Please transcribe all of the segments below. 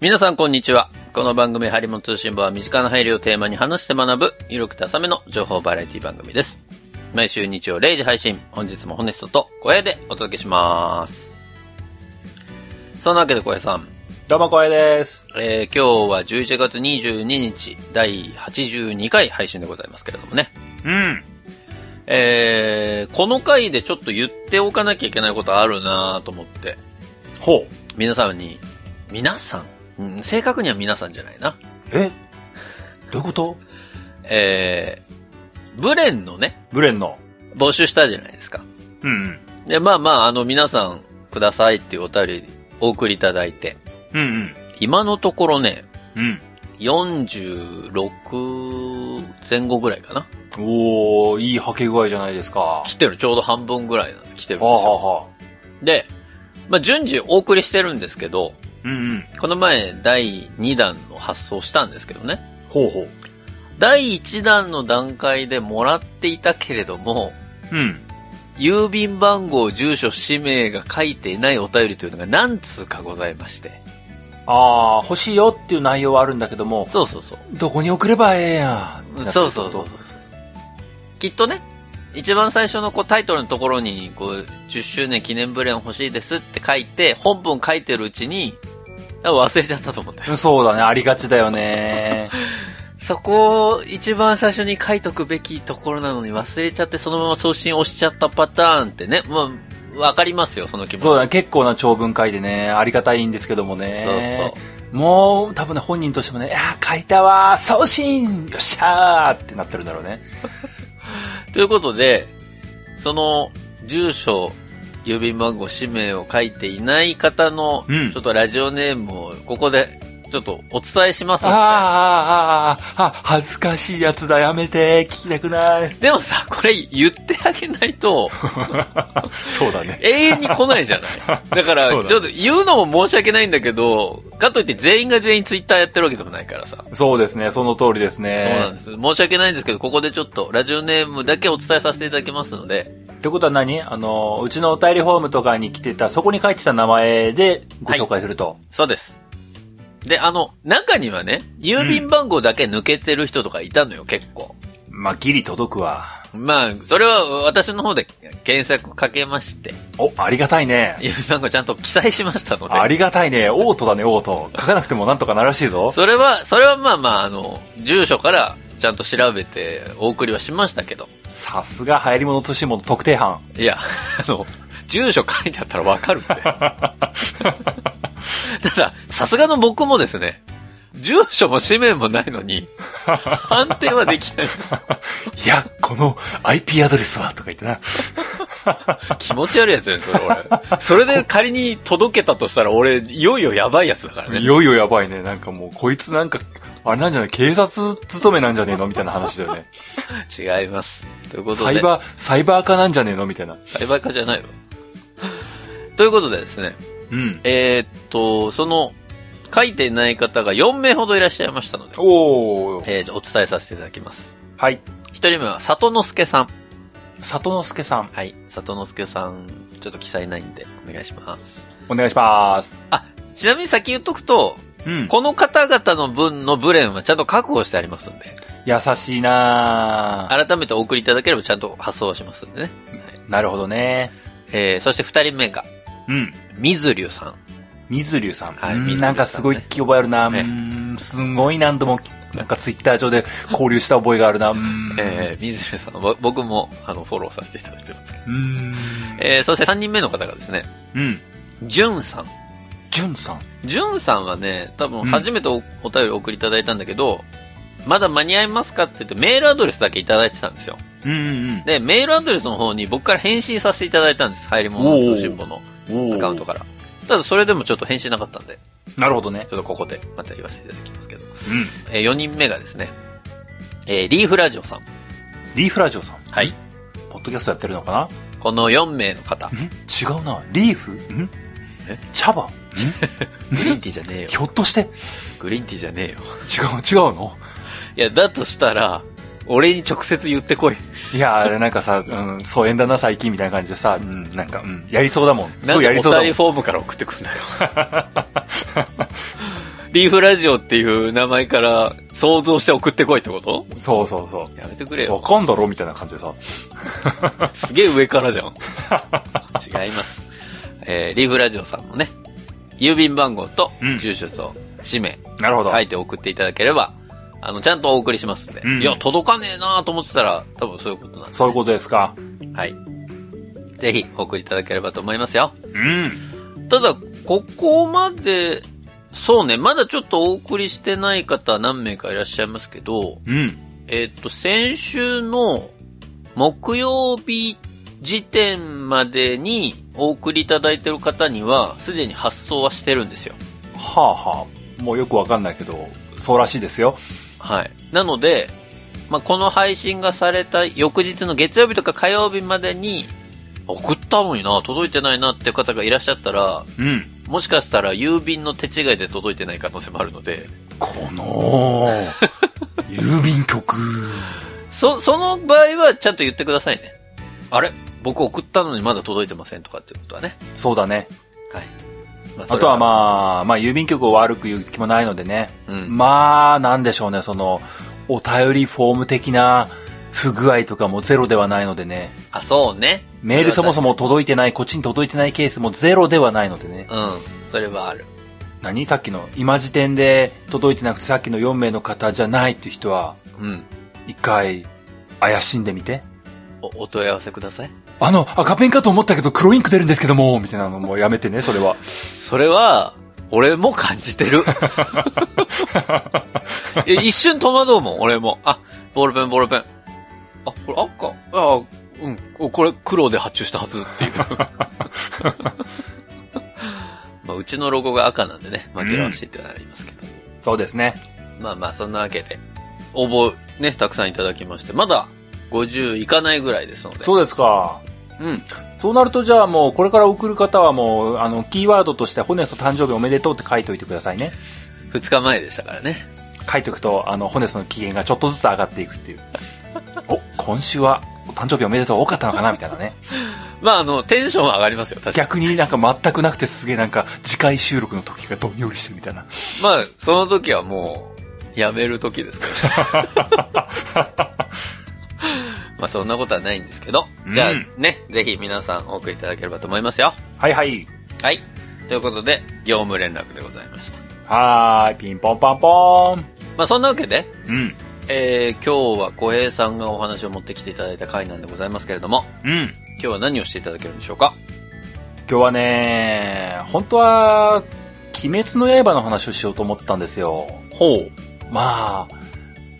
皆さんこんにちは。この番組、ハリモン通信部は身近な配慮をテーマに話して学ぶ、ゆるくて浅めの情報バラエティ番組です。毎週日曜0時配信、本日もホネストと小平でお届けします。そんなわけで小平さん、どうも、光栄です。えー今日は11月22日、第82回配信でございますけれどもね。うん。えー、この回でちょっと言っておかなきゃいけないことあるなと思って、ほう。皆さんに、皆さん、うん正確には皆さんじゃないな。えどういうことえー、ブレンのね、ブレンの。募集したじゃないですか。うんで、まあまあ、あの、皆さんくださいっていうお便りお送りいただいて、うん。うん今のところね、うん。 46前後ぐらいかな。うん。おー、いいはけ具合じゃないですか。は来てる、ちょうど半分ぐらいなんで来てるんあ、ですはよ。あはあ、で、まあ、順次お送りしてるんですけど、うんうん。この前第2弾の発送したんですけどね。ほうほう。第1弾の段階でもらっていたけれども、うん。郵便番号、住所、氏名が書いていないお便りというのが何通かございまして。あー、欲しいよっていう内容はあるんだけども、そうそうそう。どこに送ればええやん。そうそうそうそう。きっとね、一番最初のこうタイトルのところに、こう、10周年記念ブレン欲しいですって書いて、本文書いてるうちに、多分忘れちゃったと思うんだよ。う。そうだね、ありがちだよね。そこを一番最初に書いとくべきところなのに忘れちゃって、そのまま送信押しちゃったパターンってね、まあ、わかりますよ、その気持ち。そうだね、結構な長文書いてね、ありがたいんですけどもね。そううそう。もう、多分ね、本人としてもね、いやー、書いたわー、送信よっしゃーってなってるんだろうね。そう。ということで、その、住所、郵便番号、氏名を書いていない方の、うんちょっとラジオネームを、ここで、ちょっとお伝えしますのであーあー、あーあー、あ、恥ずかしいやつだ、やめて、聞きたくない。でもさ、これ言ってあげない と、そうだね。永遠に来ないじゃないだかそうら、だちょっと言うのも申し訳ないんだけど、かといって全員が全員ツイッターやってるわけでもないからさ。そうですね、その通りですね。そうなんです。申し訳ないんですけど、ここでちょっとラジオネームだけお伝えさせていただきますので、ってことは何あの、うちのお便りフォームとかに来てた、そこに書いてた名前でご紹介すると。そうです。で、あの、中にはね、郵便番号だけ抜けてる人とかいたのよ、結構。まあ、ギリ届くわ。まあ、それは私の方で検索かけまして、お、ありがたいね。郵便番号ちゃんと記載しましたので。ありがたいね。オートだね、オート。書かなくてもなんとかなるらしいぞ。それは、それはまあまあ、あの、住所からちゃんと調べてお送りはしましたけど。さすが、流行り物としもの特定 班。いや、あの、住所書いてあったらわか るんで。ただ、さすがの僕もですね、住所も氏名もないの に、判定はできないんです。いや、この IP アドレスは、とか言ってな。気持ち悪いやつですよ、それ 俺。それで仮に届けたとしたら、俺、いよいよやばいやつだからいね。よいよやばいね。なんかもう、こいつなんか、あれなんじゃない警察勤めなんじゃねえのみたいな話だよね。違います。ということで。サイバー、サイバー化なんじゃねえのみたいな。ー。サイバー化じゃないわ。ということでですね、うん。えーっと、その、書いてない方が4名ほどいらっしゃいましたので、おー。えーお伝えさせていただきます。はい。 1人目は、里之助さん。里之助さん、はい。里之助さん、ちょっと記載ないんで、お願いします。お願いします。ちなみに先言っとくと、うん。この方々の分のブレンはちゃんと確保してありますんで、優しいなあ改めてお送りいただければちゃんと発送しますんでね。なるほどね。えー、そして二人目が、うん。水流さん。水流さん。はいうん水流さんねなんかすごい聞き覚えあるな、ええうん。すごい何度も、なんかツイッター上 で交流した覚えがあるな。うん。えー、水流さん、ぼ僕も、あの、フォローさせていただいてます。うん。えー、そして三人目の方がですね、うん。じゅんさん。じゅんさん。じゅんさんはね、多分うん初めてお,、お便り送りいただいたんだけど、まだ間に合いますかって言ってメールアドレスだけいただいてたんですよ。うんで、メールアドレスの方に僕から返信させていただいたんです。入り物の通信簿のうん。アカウントから。ただそれでもちょっと返信なかったんで、なるほどねち。ょっとここでまた言わせていただきますけど。うん。えー、4人目がですね、えー、リーフラジオさん。リーフラジオさん。はい。ポッドキャストやってるのかなこの4名の方。ん違うな。リーフんえ茶葉んグリーンティーじゃねえよひ。ょっとして、違う、グリーンティーじゃねえよ。違うのいや、だとしたら、俺に直接言ってこい。いや、あれなんかさ、うん、疎遠だな最近みたいな感じでさ、うん、なんか、うん、やりそうだもん。すなんごでいやおり便 そうだもりん。フォームから送ってくんだよ。リーフラジオっていう名前から想像して送ってこいってことそうそうそやめてくれう。わよ。かんだろみたいな感じでさ。すげえ上から じゃん。違います。えー、リーフラジオさんもね、郵便番号とうん住所と氏名なるほど。書いて送っていただければ、あの、ちゃんとお送りしますんで。うんいや、届かねえなと思ってたら、多分そういうことなんです。そういうことですか。はい。ぜひ、お送りいただければと思いますよ。うん。ただ、ここまで、そうね、まだちょっとお送りしてない方何名かいらっしゃいますけど、うん。えっ、と、先週の木曜日時点までにお送りいただいてる方には、すでに発送はしてるんですよ。はあはあ。もうよくわかんないけど、そうらしいですよ。はい。なので、まあ、この配信がされた翌日の月曜日とか火曜日までに、送ったのにな、届いてないなって方がいらっしゃったら、うん。もしかしたら郵便の手違いで届いてない可能性もあるので、こ の、郵便局。そ、その場合はちゃんと言ってくださいね。あれ僕送ったのにまだ届いてませんとかっていうことはね。そうだね。はい。まあとはあまあ、まあ郵便局を悪く言う気もないのでね。それは、うん。まあ、なんでしょうね、その、お便りフォーム的な不具合とかもゼロではないのでね。あ、そうね。メールそもそも届いてない、こっちに届いてないケースもゼロではないのでね。うん。それはある。何さっきの、今時点で届いてなくてさっきの4名の方じゃないっていう人は、うん。一回、怪しんでみて。お、お問い合わせください。あの、赤ペンかと思ったけど黒インク出るんですけども、みたいなのもうやめてね、それは。それは、俺も感じてる。いや一瞬戸惑うもん、俺も。あ、ボールペン、ボールペン。あ、これ赤あ、うん。おこれ黒で発注したはずっていう。まあ、うちのロゴが赤なんでね、紛らわしいってのはありますけど。そうですね。まあまあ、そんなわけで、応募ね、たくさんいただきまして、まだ50いかないぐらいですので。そうですか。うん。そうなるとじゃあもう、これから送る方はもう、あの、キーワードとして、ホネスト誕生日おめでとうって書いておいてくださいね。 2日前でしたからね。書いておくと、あの、ホネストの機嫌がちょっとずつ上がっていくっていう。お、今週は、お誕生日おめでとう多かったのかなみたいなね。まあ、あの、テンションは上がりますよ、確かに。逆になんか全くなくてすげえなんか、次回収録の時がどんよりしてるみたいな。まあ、その時はもう、やめる時です から。まあ、そんなことはないんですけど。じゃあうんね、ぜひ皆さんお送りいただければと思いますよ。はいはい。はい。ということで、業務連絡でございました。はーい、ピンポンパンポーン。まあ、そんなわけで、うん。えー、今日は小平さんがお話を持ってきていただいた回なんでございますけれども、うん。今今日は何をしていただけるんでしょうか日はね、本当は、鬼滅の刃の話をしようと思ったんですよ。ほう。まあ、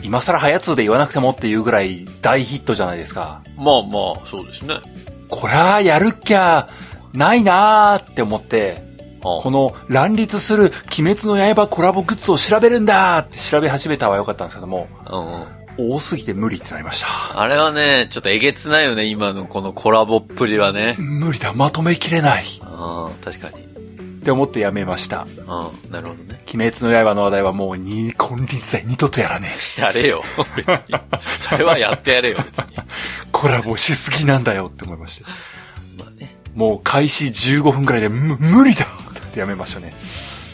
今更早通で言わなくてもっていうぐらい大ヒットじゃないですか。まあまあ、そうですね。こりゃやるっきゃないなーって思って、あこの乱立する鬼滅の刃コラボグッズを調べるんだーって調べ始めたは良かったんですけども、うんうん。多すぎて無理ってなりました。あれはね、ちょっとえげつないよね、今のこのコラボっぷりは ね。無理だ、まとめきれない。っうん、確かに。て思ってやめました。うん、なるほどね。鬼滅の刃の話題はもう二金輪際二度とやらねやれよ、別に。それはやってやれよ、別に。え。コラボしすぎなんだよって思いました。まあね。もう開始15分くらいでむ無理だってやめましたね。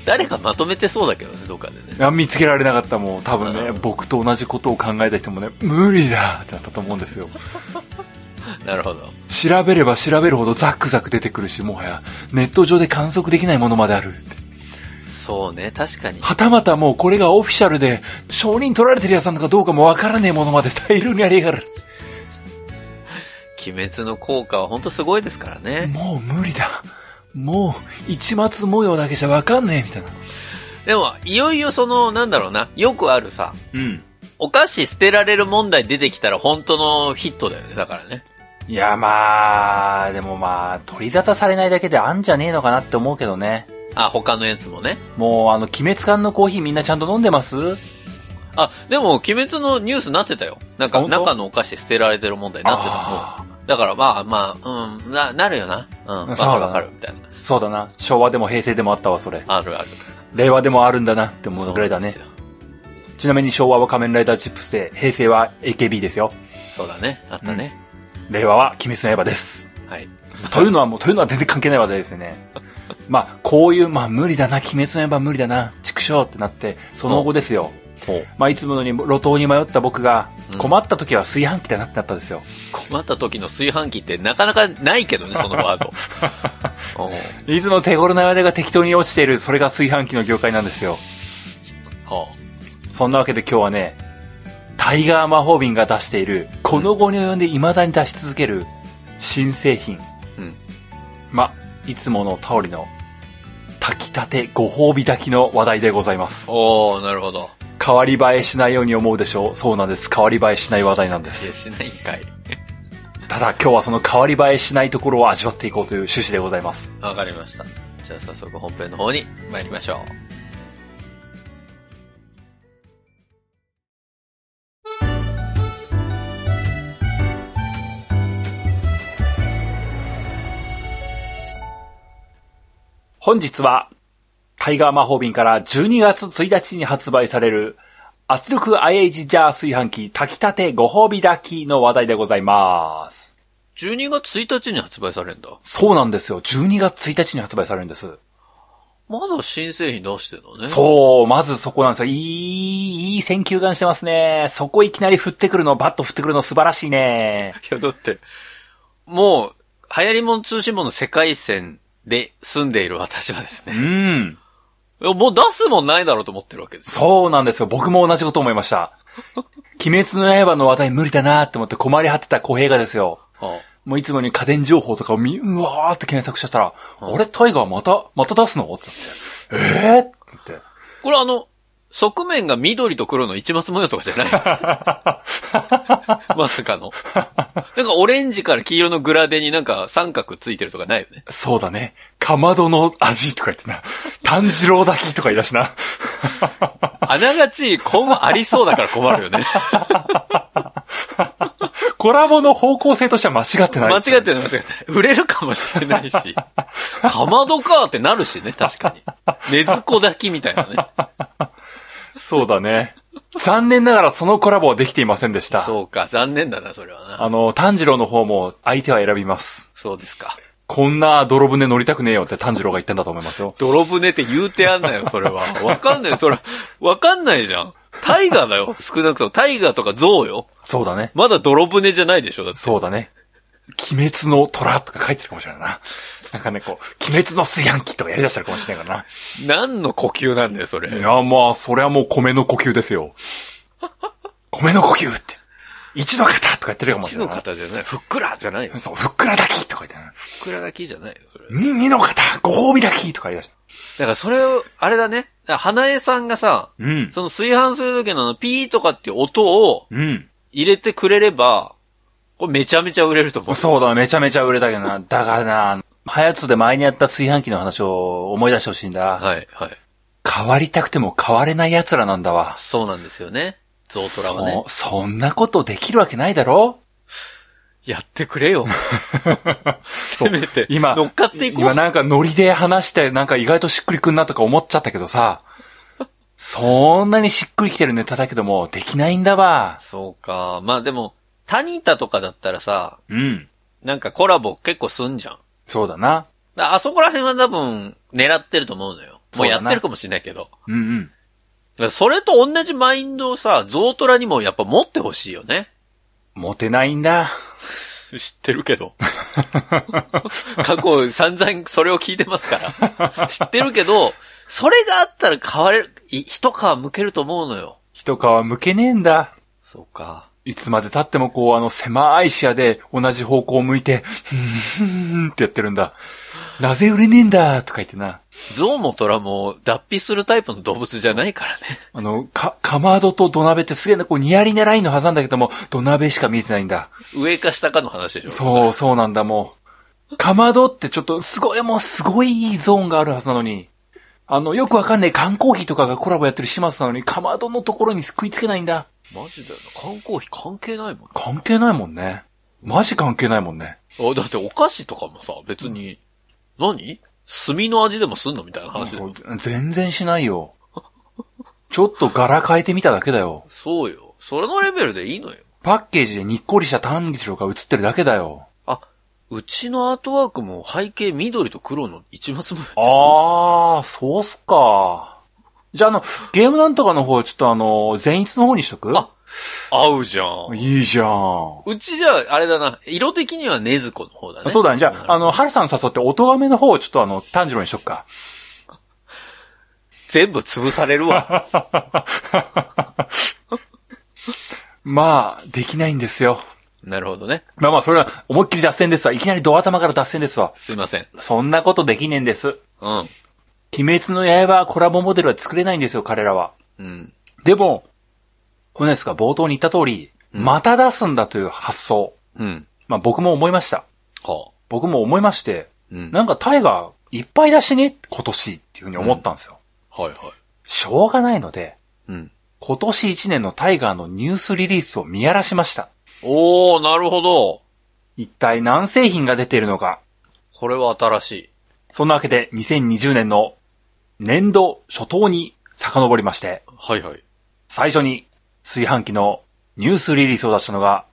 誰かまとめてそうだけどね、どっかでね。あ見つけられなかったもう多分ね、うん僕と同じことを考えた人もね、無理だってなったと思うんですよ。なるほど。調べれば調べるほどザクザク出てくるし、もはやネット上で観測できないものまであるって。そうね、確かに。はたまたもうこれがオフィシャルで、承認取られてるやつなのかどうかもわからねえものまで大量にありやがる。鬼滅の効果は本当すごいですからね。もう無理だ。もう、一末模様だけじゃわかんねえ、みたいな。でも、いよいよその、なんだろうな、よくあるさ、うん。お菓子捨てられる問題出てきたら本当のヒットだよね、だからね。いや、まあ、でもまあ、取り沙汰されないだけであんじゃねえのかなって思うけどね。あ、他のやつもね。もう、あの、鬼滅缶のコーヒーみんなちゃんと飲んでますあ、でも、鬼滅のニュースになってたよ。なんか、本当中のお菓子捨てられてる問題になってたあもん。だから、まあまあ、うん、な、なるよな。うん、わそうかだるなわかる、みたいな。ーそうだな。昭和でも平成でもあったわ、それ。あるある。令和でもあるんだなって思うぐらいだねそう。なんですよちなみに昭和は仮面ライダーチップスで、平成は AKB ですよ。そうだね。あったね。 令和は鬼滅の刃です。はい。というのはもう、というのは全然関係ない話題ですよね。まあ、こういう、まあ、無理だな、鬼滅の刃無理だな、畜生ってなって、その後ですよ。ほう。まあ、いつものに路頭に迷った僕がうん、困った時は炊飯器だなってなったんですよ。困った時の炊飯器ってなかなかないけど ね、そのワード。おういつも手頃な話題が適当に落ちている、それが炊飯器の業界なんですよ。ほうそんなわけで今日はね、タイガー魔法瓶が出している、この後に及んで未だに出し続ける新製品。うんま、いつものタオリの炊きたてご褒美炊きの話題でございます。おー、なるほど。変わり映えしないように思うでしょう。そうなんです。変わり映えしない話題なんいでや、す。しないんかい。ただ今日はその変わり映えしないところを味わっていこうという趣旨でございます。わかりました。じゃあ早速本編の方に参りましょ本日は、タイガー魔法瓶から12月1日に発売される、圧力 IH ジャー炊飯器炊きたてご褒美炊きの話題でございます。う。12月1日に発売されるんだ。そうなんですよ。12月1日に発売されるんです。まだ新製品出してるのね。う。そう、まずそこなんですよ。いい、いい選球眼してますね。そこいきなり振ってくるの、バッと振ってくるの素晴らしいね。いや、だって、もう、流行り物通信物の世界線で住んでいる私はですうね、ん。いやもう出すもんないだろうと思ってるわけですよ。そうなんですよ。僕も同じこと思いました。 鬼滅の刃の話題無理だなって思って困り果てた小平がですよ。はもういつもに家電情報とかを見、うわーって検索しちゃったら、あれタイガーまた、また出すのってなって、えーって言って。あこれあの、側面が緑と黒の市松模様とかじゃないまさかの。なんかオレンジから黄色のグラデになんか三角ついてるとかないよね。そうだね。かまどの味とか言ってな。炭治郎だきとか言い出しな。あながち、今後ありそうだから困るよね。コラボの方向性としては間違ってない。間違ってない、間違ってない。売れるかもしれないし。かまどかーってなるしね、確かに。ねずこだきみたいなね。そうだね。残念ながらそのコラボはできていませんでした。そうか、残念だな、それはな。あの、炭治郎の方も相手は選びます。そうですか。こんな泥船乗りたくねえよって炭治郎が言ってんだと思いますよ。泥船って言うてやんなよ、それは。わかんないよ、それ。わかんないじゃん。タイガーだよ、少なくとも。タイガーとかゾウよ。そうだね。まだ泥船じゃないでしょ、だって。そうだね。鬼滅の虎とか書いてるかもしれないな。なんかね、こう、鬼滅の炊飯器とかやり出してるかもしれないから何の呼吸なんだよ、そな。いれ。や、まあ、それはもう米の呼吸ですよ。米の呼吸って。一の型とか言ってるかもし一れなのいな。方じゃない。ふっくらじゃないよ。ふっそう、ふっくらだきとか言ってる。くらだきじゃないよ、それ。み、みの型ご褒美だきとか言い出してだからそれを、あれだね。だから花江さんがさ、る。うん。その炊飯する時のあのピーとかっていう音をうん。入れてくれれば、これめちゃめちゃ売れると思う。そうだ、めちゃめちゃ売れたけどな。だからな、早津で前にやった炊飯器の話を思い出してほしいんだ。はい、はい。変わりたくても変われない奴らなんだわ。そうなんですよね。ゾウトラはね。そ、そんなことできるわけないだろやってくれよ。せめて。今、乗っかっていこ今う。なんかノリで話して、なんか意外としっくりくんなとか思っちゃったけどさ、そんなにしっくりきてるネタだけども、できないんだわ。そうか。まあでも、タニタとかだったらさ、うん。なんかコラボ結構すんじゃん。そうだな。だあそこら辺は多分、狙ってると思うのよ。もそううだやなってるかもしれないけど。うんうん。だからそれと同じマインドをさ、ゾウトラにもやっぱ持ってほしいよね。モテないんだ。知ってるけ ど。過去散々それを聞いてますから。知ってるけど、それがあったら変われる、い一皮むけると思うのよ。一皮むけねえんだ。そうか。いつまで経ってもこう、あの、狭い視野で同じ方向を向いて、ふーん、ふーんってやってるんだ。なぜ売れねえんだとか言ってな。ゾウもトラも脱皮するタイプの動物じゃないからね。あの、か、かまどと土鍋ってすげえな、こう、ニヤリなラインの挟んだけども、土鍋しか見えてないんだ。上か下かの話でしょ。そう、そうなんだ、もう。かまどってちょっと、すごい、もうすごいいいゾーンがあるはずなのに。あの、よくわかんない缶コーヒーとかがコラボやってる始末なのに、かまどのところに食いつけないんだ。マジだよな。缶コーヒー関係ないもん関係ないもんね。マジ関係ないもんね。な。あ、だってお菓子とかもさ、別に、何炭の味でもすんのみたいな話で。うん全然しないよ。ちょっと柄変えてみただけだよ。そうよ。それのレベルでいいのよ。パッケージでにっこりした炭治郎が映ってるだけだよ。あ、うちのアートワークも背景緑と黒の一抹模様あー、そうっすか。じゃあ、あの、ゲームなんとかの方、ちょっとあの、前日の方にしとくあです。合うじゃん。いいじゃん。うちじゃあ、あれだな。色的にはねずこの方だね。そうだね。じゃあ、あの、春さん誘って、音がめの方をちょっとあの、炭治郎にしとく か。全部潰されるわ。 まあ、できないんですよ。なるほどね。まあまあ、それは思いっきり脱線ですわ。いきなりドア頭から脱線ですわ。すいません。そんなことできねえんです。うん。鬼滅の刃コラボモデルは作れないんですよ、彼らは。うん。でも、このですか、冒頭に言った通り、うんまた出すんだという発想。うん。まあ僕も思いました。は僕も思いまして、あ。うん。なんかタイガーいっぱい出してね、今年っていうふうに思ったんですよ。はいはい。しょうがないので、うん。今年1年のタイガーのニュースリリースを見やらしました。おー、なるほど。一体何製品が出ているのか。これは新しい。そんなわけで2020年の年度初頭に遡りまして、はいはい。最初に炊飯器のニュースリリースを出したのが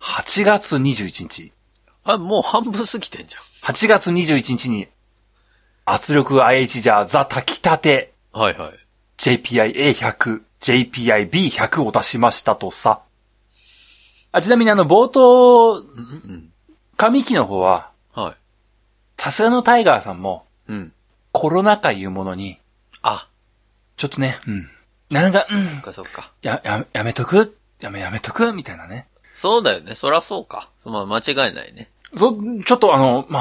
8月21日。あ、もう半分過ぎてんじ8月21日に圧力 IH ジャーザ炊きたてゃん。はいはい。 JPI-A100、JPI-B100 を出しましたとさ。あ、ちなみにあの冒うんう頭、ん。上期の方は、はい。さすがのタイガーさんもうん。コロナ禍いうものに、あ、ちょっとね、うん。なんか、うん、そっかそっか。や、や、やめとくやめ、やめとくみたいなね。そうだよね。そらそうか。まあ間違いないね。そ、ちょっとあの、ま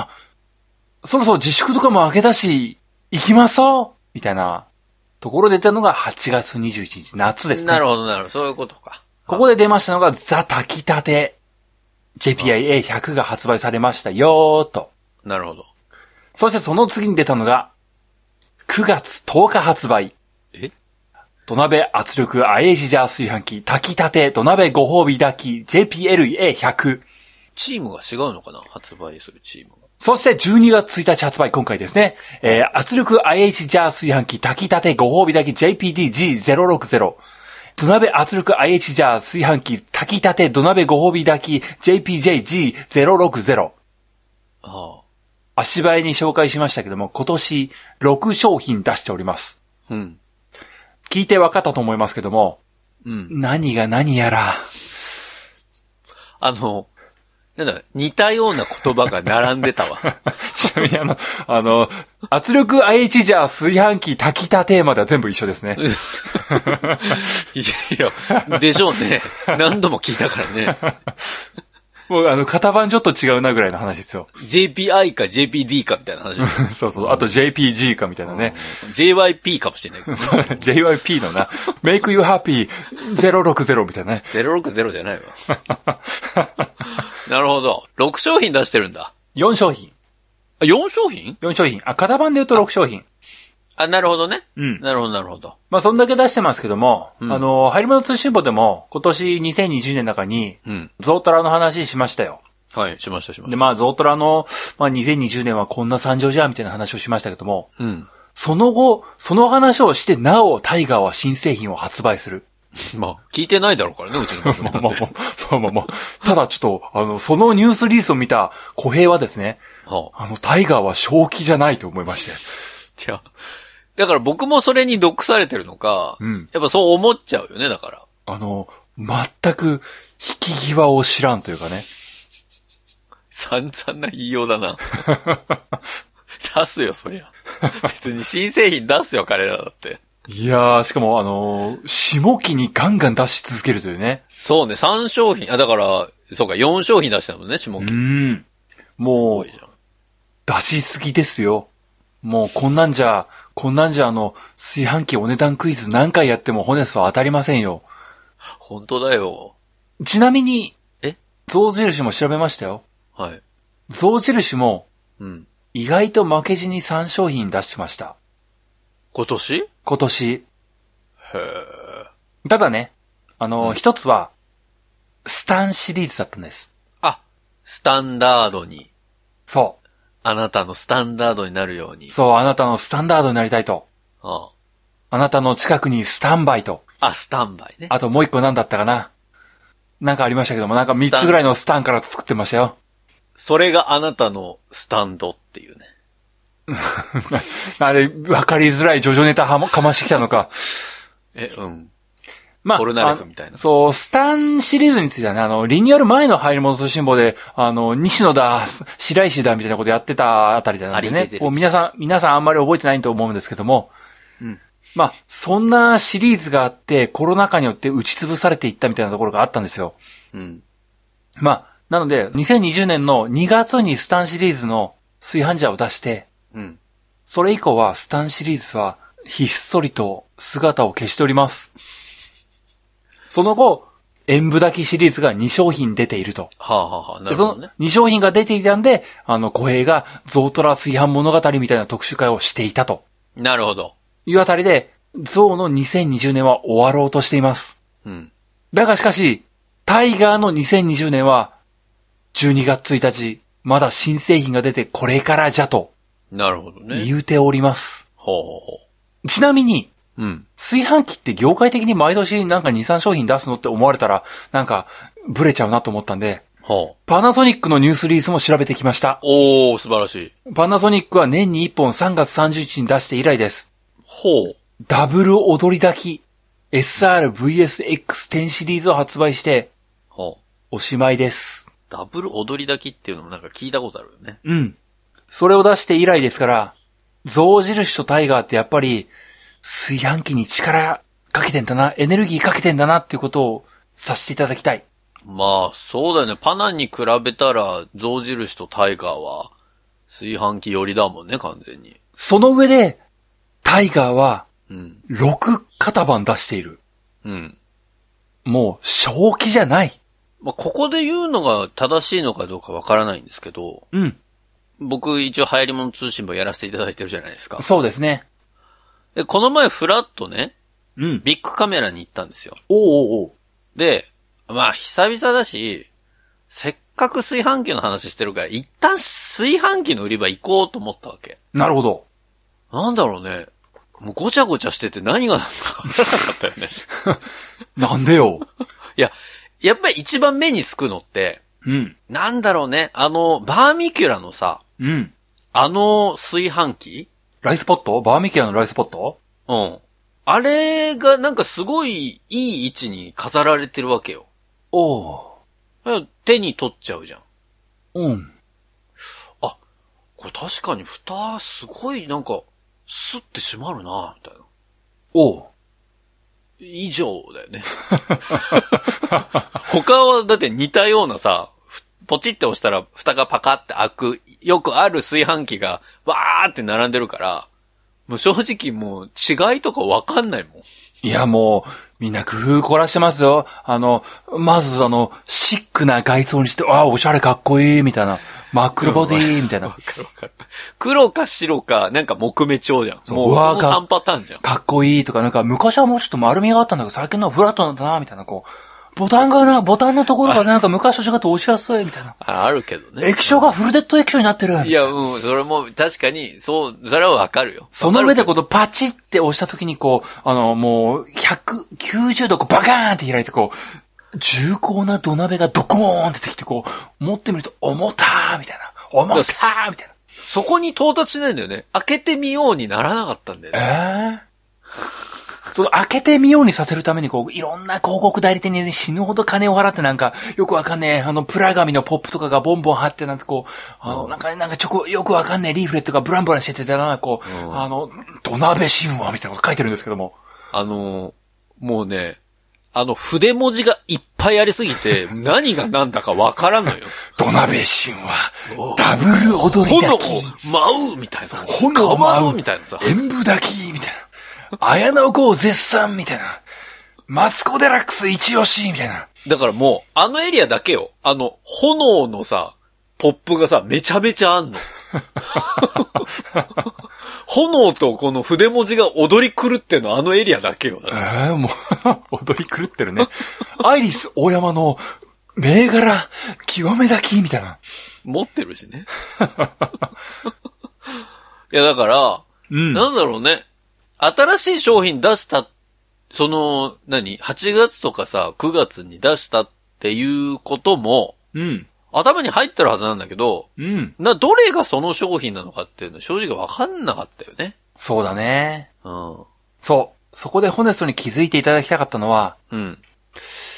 あ、そろそろ自粛とかも明けたし、行きまそうみたいな、ところで出たのが8月21日、夏ですね。なるほどなるほど。そういうことか。ここで出ましたのが、ザ炊きたて。JPIA100 が発売されましたよーと。なるほど。そしてその次に出たのが、9月10日発売。え土鍋圧力 IH ジャー炊飯器炊きたて土鍋ご褒美炊き JPLA100。チームが違うのかな発売するチームが。そして12月1日発売、今回ですね。えー、圧力 IH ジャー炊飯器炊きたてご褒美炊き JPDG060。土鍋圧力 IH ジャー炊飯器炊きたて土鍋ご褒美炊き JPJG060。ああ。足早に紹介しましたけども、今年6商品出しております。うん。聞いて分かったと思いますけども、うん。何が何やら、あの、なんだ、似たような言葉が並んでた わ。 ちなみにあの、あの、圧力 IH ジャー炊飯器炊きたてまでは全部一緒ですね。いや、でしょうね。何度も聞いたからね。もうあの、型番ちょっと違うなぐらいの話です よ。 JPI か JPD かみたいな話。そうそう。あと JPG かみたいなね。 JYP かもしれないけど。そう JYP のな、Make You Happy 060みたいなね。 060じゃないわ。なるほど。6商品出してるんだ。 4商品。あ、4商品4商品。あ、型番で言うと6商品。あ、なるほどね。うん。なるほど、なるほど。まあ、そんだけ出してますけども、うんあの、ハリマの通信簿でも、今年2020年の中に、うん。ゾウトラの話しましたよ。はい、しました、しましで、まあ、ゾウトラの、まあ、2020年はこんな惨状じゃ、みたいな話をしましたけども、た。うん。その後、その話をして、なお、タイガーは新製品を発売する。まあ、聞いてないだろうからね、うちの番組まだあって まあまあ、まあまあまあ。ただちょっと、あの、そのニュースリリースを見た小平はですね、 はああの、タイガーは正気じゃないと思いまして。いやだから僕もそれに毒されてるのか、うんやっぱそう思っちゃうよね、だから。あの、全く、引き際を知らんというかね。散々な言いようだ な。出すよ、そりゃ。別に新製品出すよ、彼らだって。いやー、しかも、あのー下期にガンガン出し続けるというね。そうね、3商品。あ、だから、そうか、4商品出したもんね、下う期。ん。も多うい、じゃん。出しすぎですよ。もう、こんなんじゃ、こんなんじゃ、あの、炊飯器お値段クイズ何回やってもホネスは当たりませんよ。本当だよ。ちなみに、え象印も調べましたよ。はい。象印も、うん。意外と負けじに3商品出してました。今年へ今年。え。ただね、あうの、ん一、つは、スタンシリーズだったんです。あ、スタンダードに。そあなたのスタンダードになるようにう。。そう、あなたのスタンダードになりたいと。ああなたの近くにスタンバイと。あ、スタンバイね。あともう一個何だったかななんかありましたけども、なんかスタン3つぐらいのスタンから作ってましたよ。それがあなたのスタンドっていうね。あれ、わかりづらいジョジョネタはもかましてきたのか。え、うん。まあ、ポルナレフみたいなあそう、スタンシリーズについてはね、あの、リニューアル前の入り戻し辛抱で、あの、西野だ、 白石だ、みたいなことやってたあたりなんでありね出て、るこう皆さん、皆さんあんまり覚えてないと思うんですけども、うん。まあ、そんなシリーズがあって、コロナ禍によって打ち潰されていったみたいなところがあったんですよ。うん。まあ、なので、2020年の2月にスタンシリーズの炊飯ジャーを出して、うん。それ以降はスタンシリーズはひっそりと姿を消しております。その後、演武炊きシリーズが2商品出ていると。はあ、はあはあ、なでるそほどのね。 2商品が出ていたんで、あの、小平がゾウトラ炊飯物語みたいな特集会をしていたとなるほど。いうあたりで、ゾウの2020年は終わろうとしています。うん。だがしかし、タイガーの2020年は、12月1日、まだ新製品が出てこれからじゃとなるほどね。言うております。ほうほうほちなみに、う。うん。炊飯器って業界的に毎年なんか2、3商品出すのって思われたら、なんか、ブレちゃうなと思ったんで、ほう。パナソニックのニュースリリースも調べてきました。おー、素晴らしい。パナソニックは年に1本3月31日に出して以来です。ほう。ダブル踊り炊き、SRVSX10 シリーズを発売して、ほう。おしまいです。ダブル踊り炊きっていうのもなんか聞いたことあるよね。うん。それを出して以来ですから、象印とタイガーってやっぱり、炊飯器に力かけてんだな、エネルギーかけてんだなっていうことをさせていただきたい。まあ、そうだよね。パナに比べたら、象印とタイガーは、炊飯器寄りだもんね、完全に。その上で、タイガーはうん。 6型番出している。うん。もう、正気じゃない。まあ、ここで言うのが正しいのかどうかわからないんですけど、うん。僕一応流行り物通信もやらせていただいてるじゃないですか。そうですね。で、この前フラッとね、うん。ビッグカメラに行ったんですよ。おうおうおうで、まあ、久々だし、せっかく炊飯器の話してるから、一旦炊飯器の売り場行こうと思ったわけ。なるほど。なんだろうね。もうごちゃごちゃしてて何がなんかわからなかったよね。 なんでよ。いや、やっぱり一番目につくのって、うん。なんだろうね。あの、バーミキュラのさ、うん。あの炊飯器ライスポットバーミキュラのライスポットうん。あれがなんかすごいいい位置に飾られてるわけよ。おう。手に取っちゃうじゃん。うん。これ確かに蓋すごいなんか、スッて閉まるなみたいな。おう。以上だよね。他はだって似たようなさ、ふポチって押したら蓋がパカって開く、よくある炊飯器がわーって並んでるから、もう正直もう違いとかわかんないもん。いやもう、みんな工夫凝らしてますよ。あの、まずあの、シックな外装にして、ああ、おしゃれかっこいい、みたいな。マックルボディー、みたいなわ。かるわかる。黒か白か、なんか木目調じゃん。そうもううそわのーが3パターンじゃん。かっこいいとか、なんか昔はもうちょっと丸みがあったんだけど、最近のはフラットなんだな、みたいな、こう。ボタンがな、ボタンのと ころがなんか昔と違って押しやすい、みたいな。ああるけどね。液晶がフルデッド液晶になってる。いや、うん、それも確かに、そう、それはわかるよ。その上でこわかとパチって押した時にこう、あの、もう、190度こうバカーンって開いてこう、重厚な土鍋がドコーンってできてこう、持ってみると、重たーみたいな。重たーみたいるけどそこに到達しないんだよね。開けてみようにならなかったんだよね。な。えー、 その開けてみようにさせるためにこう、いろんな広告代理店に死ぬほど金を払ってなんか、よくわかんねえ、あの、プラ紙のポップとかがボンボン貼ってなんてこう、あの、なんか、なんかちょこ、よくわかんねえリーフレットがブランブランしててたら、こう、うんあの、土鍋神話みたいなこと書いてるんですけども。あのー、もうね、あの、筆文字がいっぱいありすぎ て、何が何だかわからんのよ。土鍋神おう話、ダブル踊り炎を炊き、舞うみたいな。炎をかま舞どう、みたいなさ。演舞炊き、みたいな。綾野剛絶賛、みたいな。マツコデラックス一押し、みたいな。だからもう、あのエリアだけよ。あの、炎のさ、ポップがさ、めちゃめちゃあんの。炎とこの筆文字が踊り狂ってんのあのエリアだけよ。ええもう、 踊り狂ってるね。アイリス大山の銘柄、極め炊き、みたいな。持ってるしね。 いや、だから、うんなんだろうね。新しい商品出した、その、何 ?8 月とかさ、9月に出したっていうことも、うん。頭に入ってるはずなんだけど、うん。な、どれがその商品なのかっていうの正直わかんなかったよね。そうだね。うん。そう。そこでホネストに気づいていただきたかったのは、うん。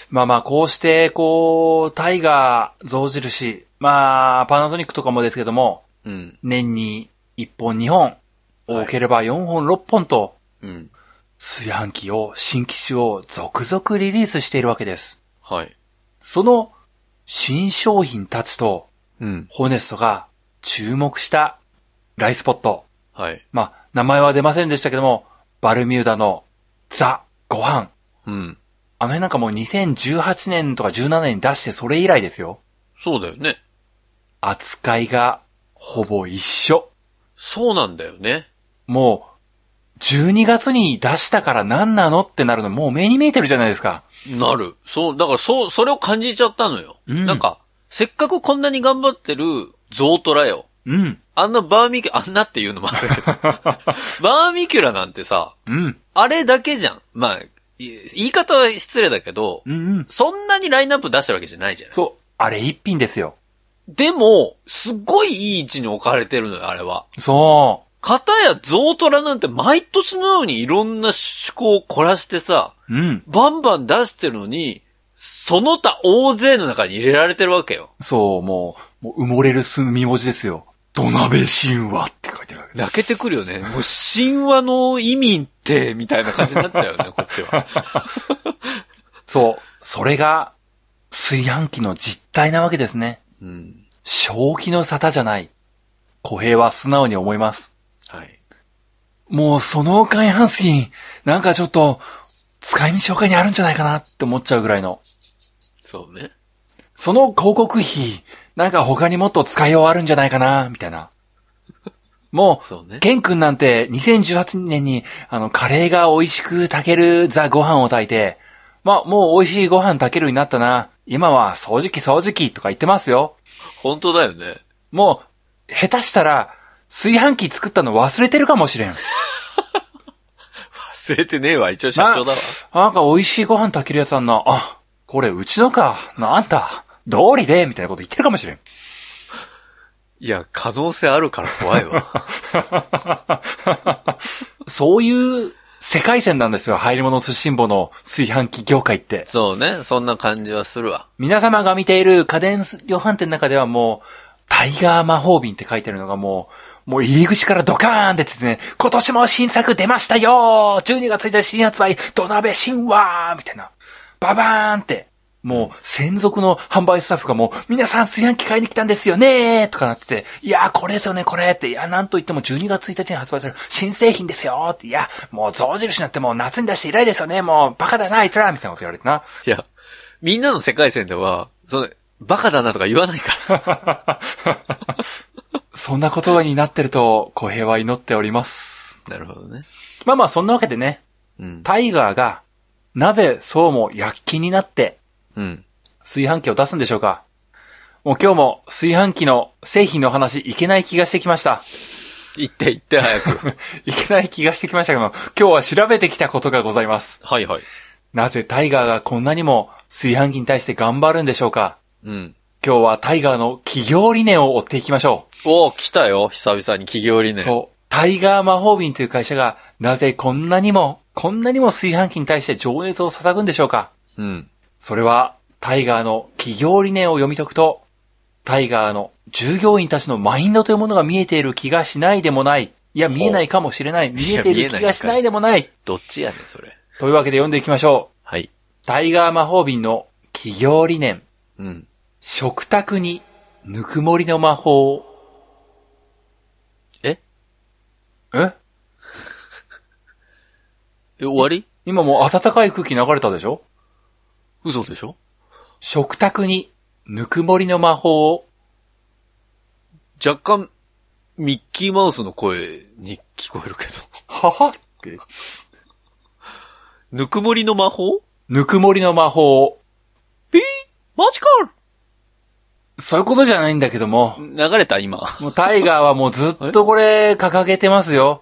まあまあ、こうして、こう、タイガー、象印、まあ、パナソニックとかもですけども、うん。年に1本2本、はい多ければ4本6本と、うん。炊飯器を、新機種を続々リリースしているわけです。はい。その、新商品たちと、うん。ホネストが注目したライスポット。はい。まあ、名前は出ませんでしたけども、バルミューダのザ・ご飯。うん。あの辺なんかもう2018年とか17年に出してそれ以来ですよ。そうだよね。扱いがほぼ一緒。そうなんだよね。もう、12月に出したから何なのってなるのもう目に見えてるじゃないですか。なる。そう、だからそう、それを感じちゃったのよ。うんなんか、せっかくこんなに頑張ってるゾウトラよ。うん。あんなバーミキュラ、あんなっていうの もあるけど。バーミキュラなんてさ、うん。あれだけじゃん。まあ、い言い方は失礼だけど、うんうん。そんなにラインナップ出してるわけじゃないじゃん。そう。あれ一品ですよ。でも、すっごいいい位置に置かれてるのよ、あれは。そ片やゾウトラなんて毎年のようにいろんな趣向を凝らしてさ、う。うん。バンバン出してるのに、その他大勢の中に入れられてるわけよ。そう、もう、もう埋もれる墨文字ですよ。土鍋神話って書いてるわけ泣けてくるよね。もう神話の意味って、みたいな感じになっちゃうよね、こっちは。そう。それが、炊飯器の実態なわけですね。うん。正気の沙汰じゃない。小平は素直に思います。はい。もうその開半品、なんかちょっと、使い道紹介にあるんじゃないかなって思っちゃうぐらいの。そうね。その広告費、なんか他にもっと使いようあるんじゃないかな、みたいな。もそうねう、。ケン君なんて2018年に、あの、カレーが美味しく炊けるザご飯を炊いて、まあ、もう美味しいご飯炊けるようになったな。今は掃除機掃除機とか言ってますよ。本当だよね。もう、下手したら、炊飯器作ったの忘れてるかもしれん。忘れてねえわ、一応社長だわ。なんか美味しいご飯炊けるやつあんな。あ、これうちのか。なんだ。通りで、みたいなこと言ってるかもしれん。いや、可能性あるから怖いわ。そういう世界線なんですよ。入り物寿司んぼの炊飯器業界って。そうね。そんな感じはするわ。皆様が見ている家電量販店の中ではもう、タイガー魔法瓶って書いてるのがもう、もう入り口からドカーンってですね、今年も新作出ましたよー !12 月1日新発売、土鍋神話みたいな。ババーンって。もう、専属の販売スタッフがもう、皆さん炊飯器買いに来たんですよねーとかなってて、いやーこれですよね、これって、いやーなんと言っても12月1日に発売される新製品ですよーって、いや、もう象印なんてもう夏に出して以来ですよね、もうバカだな、あいつらみたいなこと言われてな。いや、みんなの世界線では、その、バカだなとか言わないから。 そんなことになってると、小平は祈っております。 なるほどね。まあまあ、そんなわけでね、うん。タイガーが、なぜそうも躍起になって、うん。炊飯器を出すんでしょうかもう今日も炊飯器の製品の話いけない気がしてきました。行って行って早く。いけない気がしてきましたけども、今日は調べてきたことがございます。 はいはい。なぜタイガーがこんなにも炊飯器に対して頑張るんでしょうかうん。今日はタイガーの企業理念を追っていきましょう。おお来たよ。久々に企業理念。そう。タイガー魔法瓶という会社が、なぜこんなにも、こんなにも炊飯器に対して情熱を捧ぐんでしょうかう。うん。それは、タイガーの企業理念を読み解くと、タイガーの従業員たちのマインドというものが見えている気がしないでもない。いや、見えないかもしれない。見えていいやる見えない気がしないでもない。どっちやねん、それ。というわけで読んでいきましょはい。う。タイガー魔法瓶の企業理念。うん。食卓に、ぬくもりの魔法を。えええ、終わり今もう暖かい空気流れたでしょ嘘でしょ食卓に、ぬくもりの魔法を、若干、ミッキーマウスの声に聞こえる けど。ははって。ぬくもりの魔法ぬくもりの魔法を。ピーマジかそういうことじゃないんだけども、流れた今。もうタイガーはもうずっとこれ掲げてますよ。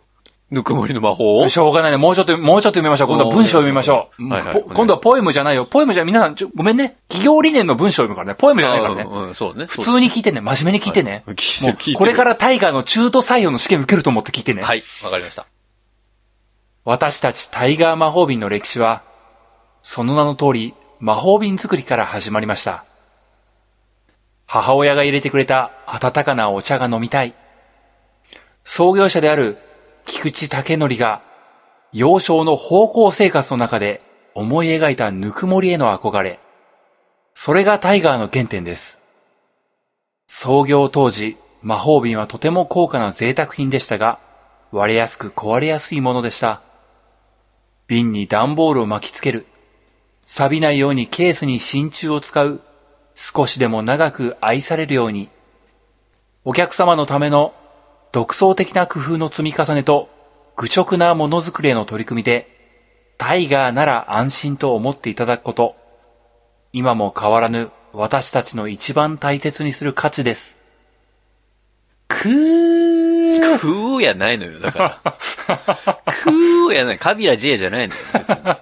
ぬくもりの魔 法をしょうがないね。もうちょっと、もうちょっと読みましょう。今度は文章を読みましょう。お願いしますはいはいポ今度はポエムじゃないよ。ポエムじゃ、皆さん、ちょごめんね。企業理念の文章を読むからね。ポエムじゃないからね。うん、そうね。普通に聞いてね。真面目に聞いてね。はい聞いてもう聞いてるこれからタイガーの中途採用の試験受けると思って聞いてね。はい、わかりました。私たちタイガー魔法瓶の歴史は、その名の通り、魔法瓶作りから始まりました。母親が入れてくれた温かなお茶が飲みたい。創業者である菊池武則が、幼少の奉公生活の中で思い描いたぬくもりへの憧れ。それがタイガーの原点です。創業当時、魔法瓶はとても高価な贅沢品でしたが、割れやすく壊れやすいものでした。瓶に段ボールを巻きつける。錆びないようにケースに真鍮を使う。少しでも長く愛されるように。お客様のための独創的な工夫の積み重ねと愚直なものづくりへの取り組みで、タイガーなら安心と思っていただくこと。今も変わらぬ私たちの一番大切にする価値です。くークーやないのよ、だから。クーやない。カビラ J じゃないのよ。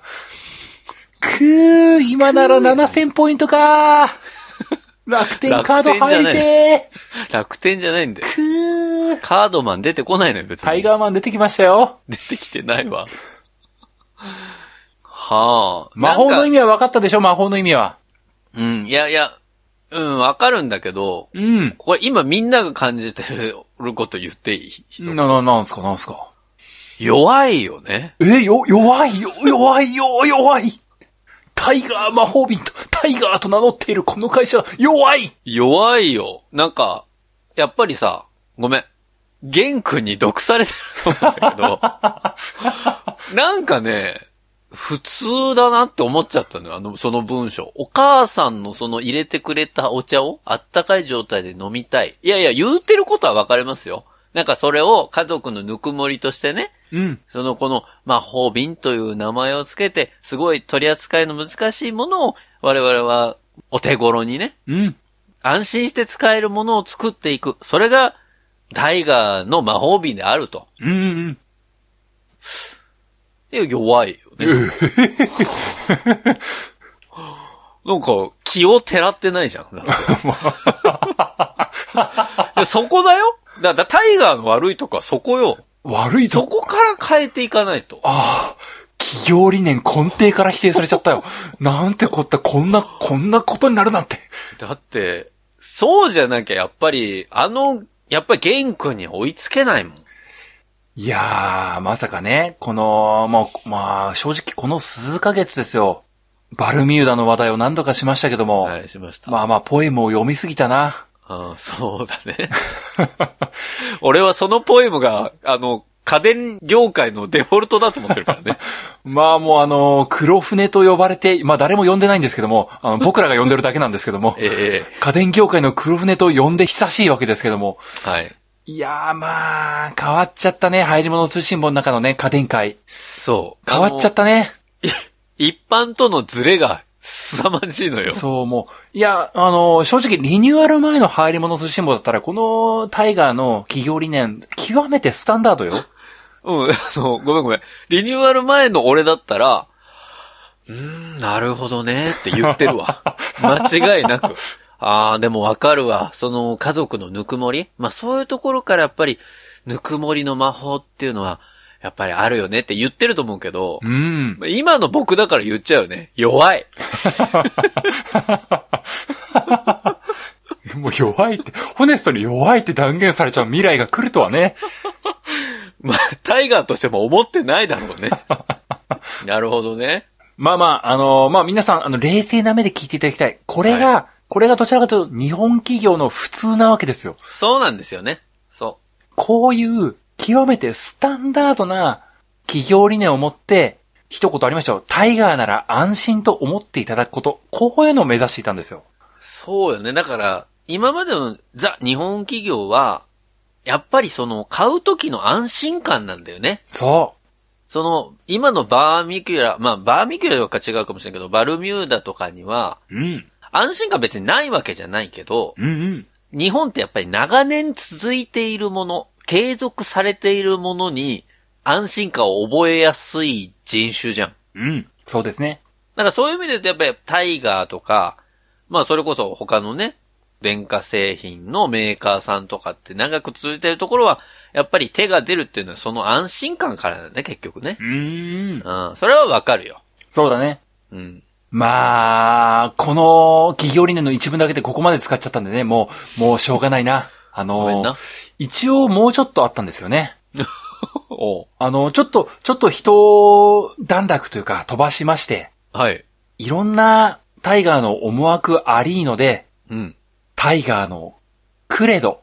くー、今なら7000ポイント かー。楽天カード入りて楽天じゃないんだよー。。くー。カードマン出てこないのよ、別に。タイガーマン出てきましたよ。出てきてないわ。はあ。魔法の味意味は分かったでしょ魔法の意味は。うん、いやいや、うん、わかるんだけど、うん。これ今みんなが感じてること言っていいな、な、なんすかなんすか。弱いよね。え、よ、弱い、よ、弱い、よ、弱い。タイガー魔法瓶と、タイガーと名乗っているこの会社、弱い弱いよ。なんか、やっぱりさ、ごめん。ゲン君に毒されてると思うんだけど、なんかね、普通だなって思っちゃったのよ、あの、その文章。お母さんのその入れてくれたお茶をあったかい状態で飲みたい。いやいや、言うてることはわかりますよ。なんかそれを家族のぬくもりとしてね、うん。そのこの魔法瓶という名前をつけて、すごい取り扱いの難しいものを我々はお手頃にね、うん。安心して使えるものを作っていく。それがタイガーの魔法瓶であると。うんうん。いや弱いよね。なんか気をてらってないじゃん。だってでそこだよ。だからタイガーの悪いとこはそこよ。悪いそとこ。こから変えていかないと。ああ、企業理念根底から否定されちゃったよ。なんてこった、こんな、こんなことになるなんて。だって、そうじゃなきゃやっぱり、あの、やっぱり玄君に追いつけないもん。いやー、まさかね、この、もう、まあ、正直この数ヶ月ですよ。バルミューダの話題を何度かしましたけども、はい、しました。まあまあ、ポエムを読みすぎたな。ああそうだね。 俺はそのポエムが、あの、家電業界のデフォルトだと思ってるから ね。、まあもうあの、黒船と呼ばれて、まあ誰も呼んでないんですけども、あの僕らが呼んでるだけなんですけどもえ家電業界の黒船と呼んで久しいわけですけども、えはい。いやーまあ、変わっちゃったね、入り物通信簿の中のね、家電界。そう。変わっちあゃっのたね。一般とのズレが凄まじいのよ。そう、もう。いや、あの、正直、リニューアル前の入り物通信簿だったら、このタイガーの企業理念、極めてスタンダードよ。うん、あ の、ごめんごめん。リニューアル前の俺だったら、うーん、なるほどねって言ってるわ。間違いなく。ああ、でもわかるわ。その家族のぬくもりまあそういうところからやっぱり、ぬくもりの魔法っていうのは、やっぱりあるよねって言ってると思うけど、うん。まあ今の僕だから言っちゃうよね。弱い。もう弱いって、ホネストに弱いって断言されちゃう未来が来るとはね。まあ、タイガーとしても思ってないだろうね。なるほどね。まあまあ、あのまあ皆さん、あの、冷静な目で聞いていただきたい。これが、これがどちらかというと、日本企業の普通なわけですよ。そうなんですよね。そこういう、極めてスタンダードな企業理念を持って、一言ありましたよ。タイガーなら安心と思っていただくこと。こういうのを目指していたんですよ。う。そうよね。だから、今までのザ・日本企業は、やっぱりその、買う時の安心感なんだよね。そその、今のバーミキュラ、まあ、バーミキュラとか違うかもしれないけど、バルミューダとかには、う。うん。安心感別にないわけじゃないけど、うんうん。日本ってやっぱり長年続いているもの、継続されているものに安心感を覚えやすい人種じゃん。うん。そうですね。なんかそういう意味で言うとやっぱりタイガーとか、まあそれこそ他のね、電化製品のメーカーさんとかって長く続いてるところは、やっぱり手が出るっていうのはその安心感からだね、結局ねう。ーん。うん、それはわかるよ。そうだね。うん。まあ、この企業理念の一文だけでここまで使っちゃったんでね、もう、もうしょうがないな。あごめんのな、。一応もうちょっとあったんですよね。おうあの、ちょっと、ちょっと人段落というか飛ばしまして、はい。いろんなタイガーの思惑ありので、うん。タイガーのクレド。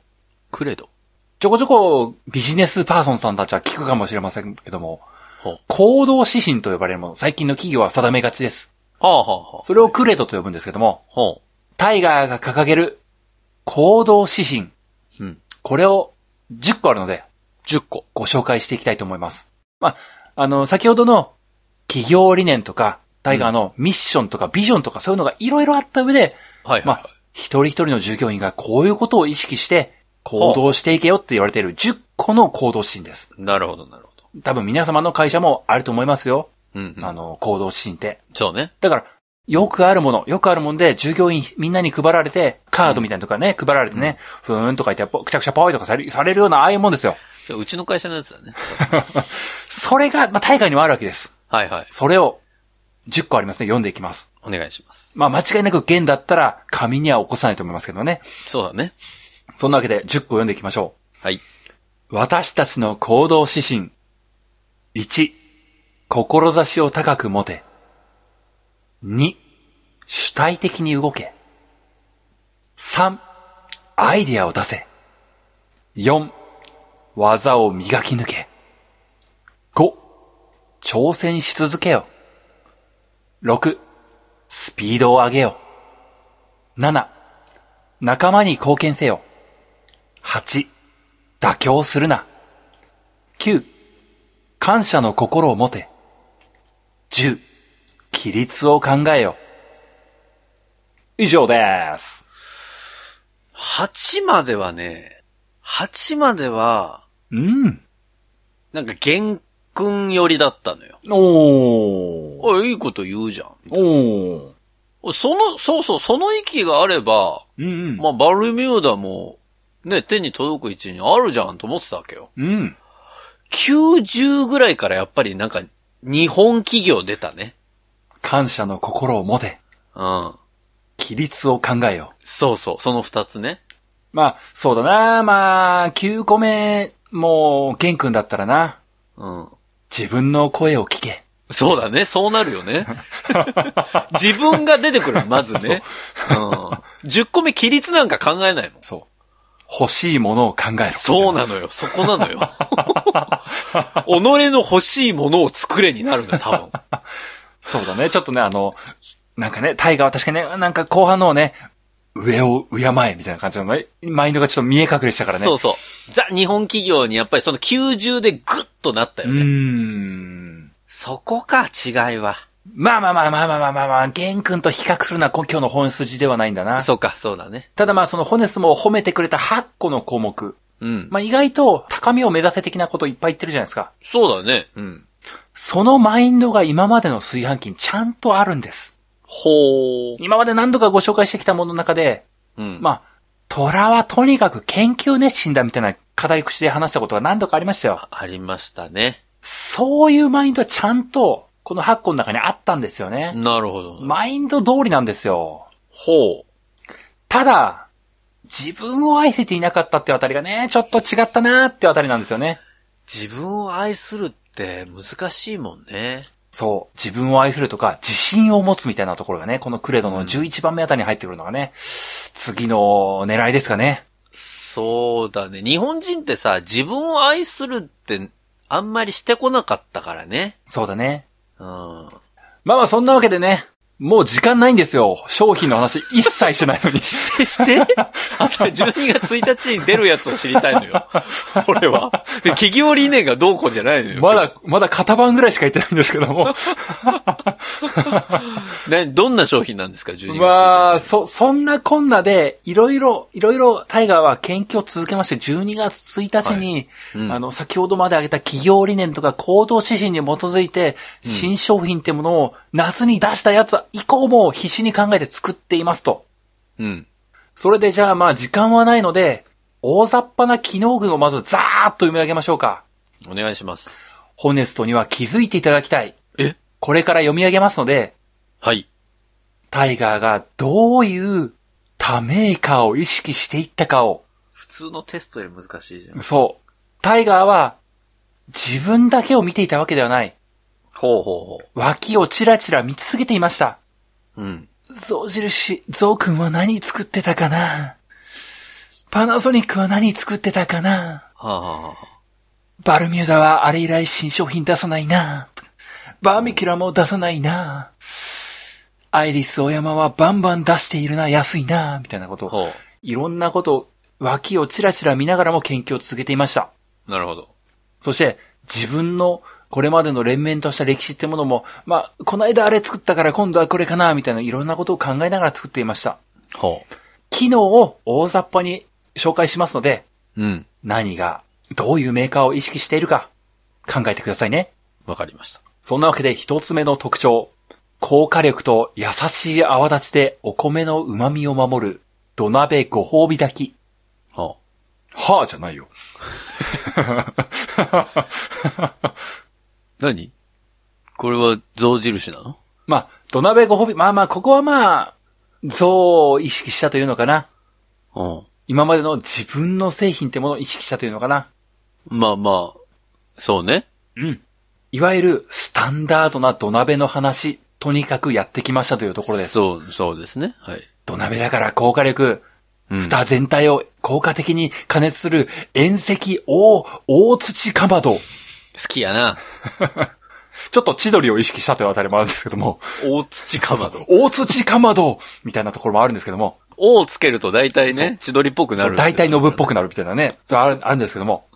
クレド。ちょこちょこビジネスパーソンさんたちは聞くかもしれませんけどもほう、行動指針と呼ばれるもの、最近の企業は定めがちです。はあ、はあはあ、それをクレドと呼ぶんですけども、ほタイガーが掲げる行動指針。う。うん。これを10個あるので10個。ご紹介していきたいと思います。まあ、あの、先ほどの企業理念とか、タイガーのミッションとかビジョンとかそういうのがいろいろあった上で、はいはい、まはいあ、一人一人の従業員がこういうことを意識して行動していけよって言われている10個の行動指針です。なるほど、なるほど。多分皆様の会社もあると思いますよ。うん、うあん。の、行動指針って。そうね。だから、よくあるもの、よくあるもんで、従業員みんなに配られて、カードみたいなのとかね、配られてね、ふーんとか言って、ぽくちゃくちゃぽいとかされされるような、ああいうもんですよ。うちの会社のやつだね。それが、まあ、大会にもあるわけです。はいはい。それを、10個ありますね、読んでいきます。お願いします。まあ、間違いなく現だったら、紙には起こさないと思いますけどね。そうだね。そんなわけで、10個読んでいきましょはい。う。私たちの行動指針。1、志を高く持て。2、主体的に動け。3、アイディアを出せ。4、技を磨き抜け。5、挑戦し続けよ。6、スピードを上げよ。7、仲間に貢献せよ。8、妥協するな。9、感謝の心を持て。10、規律を考えよ。以上です。 8まではね、8までは、うん。なんか玄君寄りだったのよ。おー。あ、いいこと言うじゃん。おー。その、そうそう、その域があれば、うんうん。まあ、バルミューダも、ね、手に届く位置にあるじゃんと思ってたわけよ。うん。 90ぐらいからやっぱりなんか、日本企業出たね。感謝の心を持て。うん。規律を考えよ。そうそう、その2つね。まあ、そうだな。まあ、9個目、もう、玄君だったらな。うん。自分の声を聞け。そうだね、そうなるよ ね。自分が出てくる、まずね。うん。10個目、規律なんか考えないもん。そう。欲しいものを考えろ。そうなのよ、そこなのよ。己の欲しいものを作れになるんだ、多分。そうだね。ちょっとね、あの、なんかね、タイガーは確かにね、なんか後半の方ね、上を敬えみたいな感じのね、マインドがちょっと見え隠れしたからね。。そううそう。ザ・日本企業にやっぱりその90でグッとなったうよね。ーん。そこか、違いは。まあまあまあまあまあまあまあまあ、ゲン君と比較するのは今日の本筋ではないんだな。そうか、そうだね。ただまあそのホネスも褒めてくれた8個の項目。うん。まあ意外と高みを目指せ的なこといっぱい言ってるじゃないですか。そうだね。うん。そのマインドが今までの炊飯器にちゃんとあるんです。ほー。今まで何度かご紹介してきたものの中で、うん。まあ、虎はとにかく研究熱心だみたいな語り口で話したことが何度かありましたよ。ありましたね。そういうマインドはちゃんと、この8個の中にあったんですよね。なるほど。マインド通りなんですよ。ほただ、自分を愛せていなかったってあたりがね、ちょっと違ったなーってあたりなんですよね。自分を愛するって難しいもんね。そう。自分を愛するとか、自信を持つみたいなところがね、このクレドの11番目あたりに入ってくるのがね、次の狙いですかね。そうだね。日本人ってさ、自分を愛するってあんまりしてこなかったからね。そうだね。うん。まあまあそんなわけでね、もう時間ないんですよ。商品の話一切してない のに。して、 あんた12月1日に出るやつを知りたいの よ。俺は。で、企業理念がどうこうじゃないのよ。まだ、まだ型番ぐらいしか言ってないんですけど も。ね、どんな商品なんですか、12月1日。まあ、そ、そんなこんなで、いろいろ、いろいろタイガーは研究を続けまして、12月1日に、はいうんあの、先ほどまで挙げた企業理念とか行動指針に基づいて、新商品ってものを夏に出したやつ以降も必死に考えて作っていますと。うん。それでじゃあまあ時間はないので、大雑把な機能群をまずザーッと埋め上げましょうか。お願いします。ホネストには気づいていただきたい。えこれから読み上げますので、はい。タイガーがどういうためイカを意識していったかを、普通のテストより難しいじゃん。そう。タイガーは自分だけを見ていたわけではない。ほうほう脇をチラチラ見続けていました。ほう。うん。象印、ゾウ君は何作ってたかなパナソニックは何作ってたかなはあ、はあはあ、バルミューダはあれ以来新商品出さないな。バーミキュラも出さないな。アイリスオヤマはバンバン出しているな、安いな、みたいなことを。ほいろんなことを、脇をチラチラ見ながらも研究を続けていました。う。なるほど。そして、自分のこれまでの連綿とした歴史ってものも、まあ、この間あれ作ったから今度はこれかな、みたいないろんなことを考えながら作っていました。ほ機能を大雑把に紹介しますので、う。うん。何が、どういうメーカーを意識しているか、考えてくださいね。わかりました。そんなわけで一つ目の特徴。高火力と優しい泡立ちでお米の旨味を守る土鍋ご褒美炊き。ほはぁじゃないよ。う。何これは象印なのまあ、土鍋ご褒美、まあまあ、ここはまあ、像を意識したというのかな。ほ今までの自分の製品ってものを意識したというのかな。う。まあまあ、そうね。うん。いわゆるスタンダードな土鍋の話、とにかくやってきましたというところです。そう、そうですね。はい。土鍋だから高火力、うん。蓋全体を効果的に加熱する遠赤大、大土かまど。好きやな。ちょっと千鳥を意識したというあたりもあるんですけども、 大土かまど。大土かまどみたいなところもあるんですけども、おをつけると大体ね、千鳥っぽくなる。大体ノブっぽくなるみたいなね、あるあるんですけども。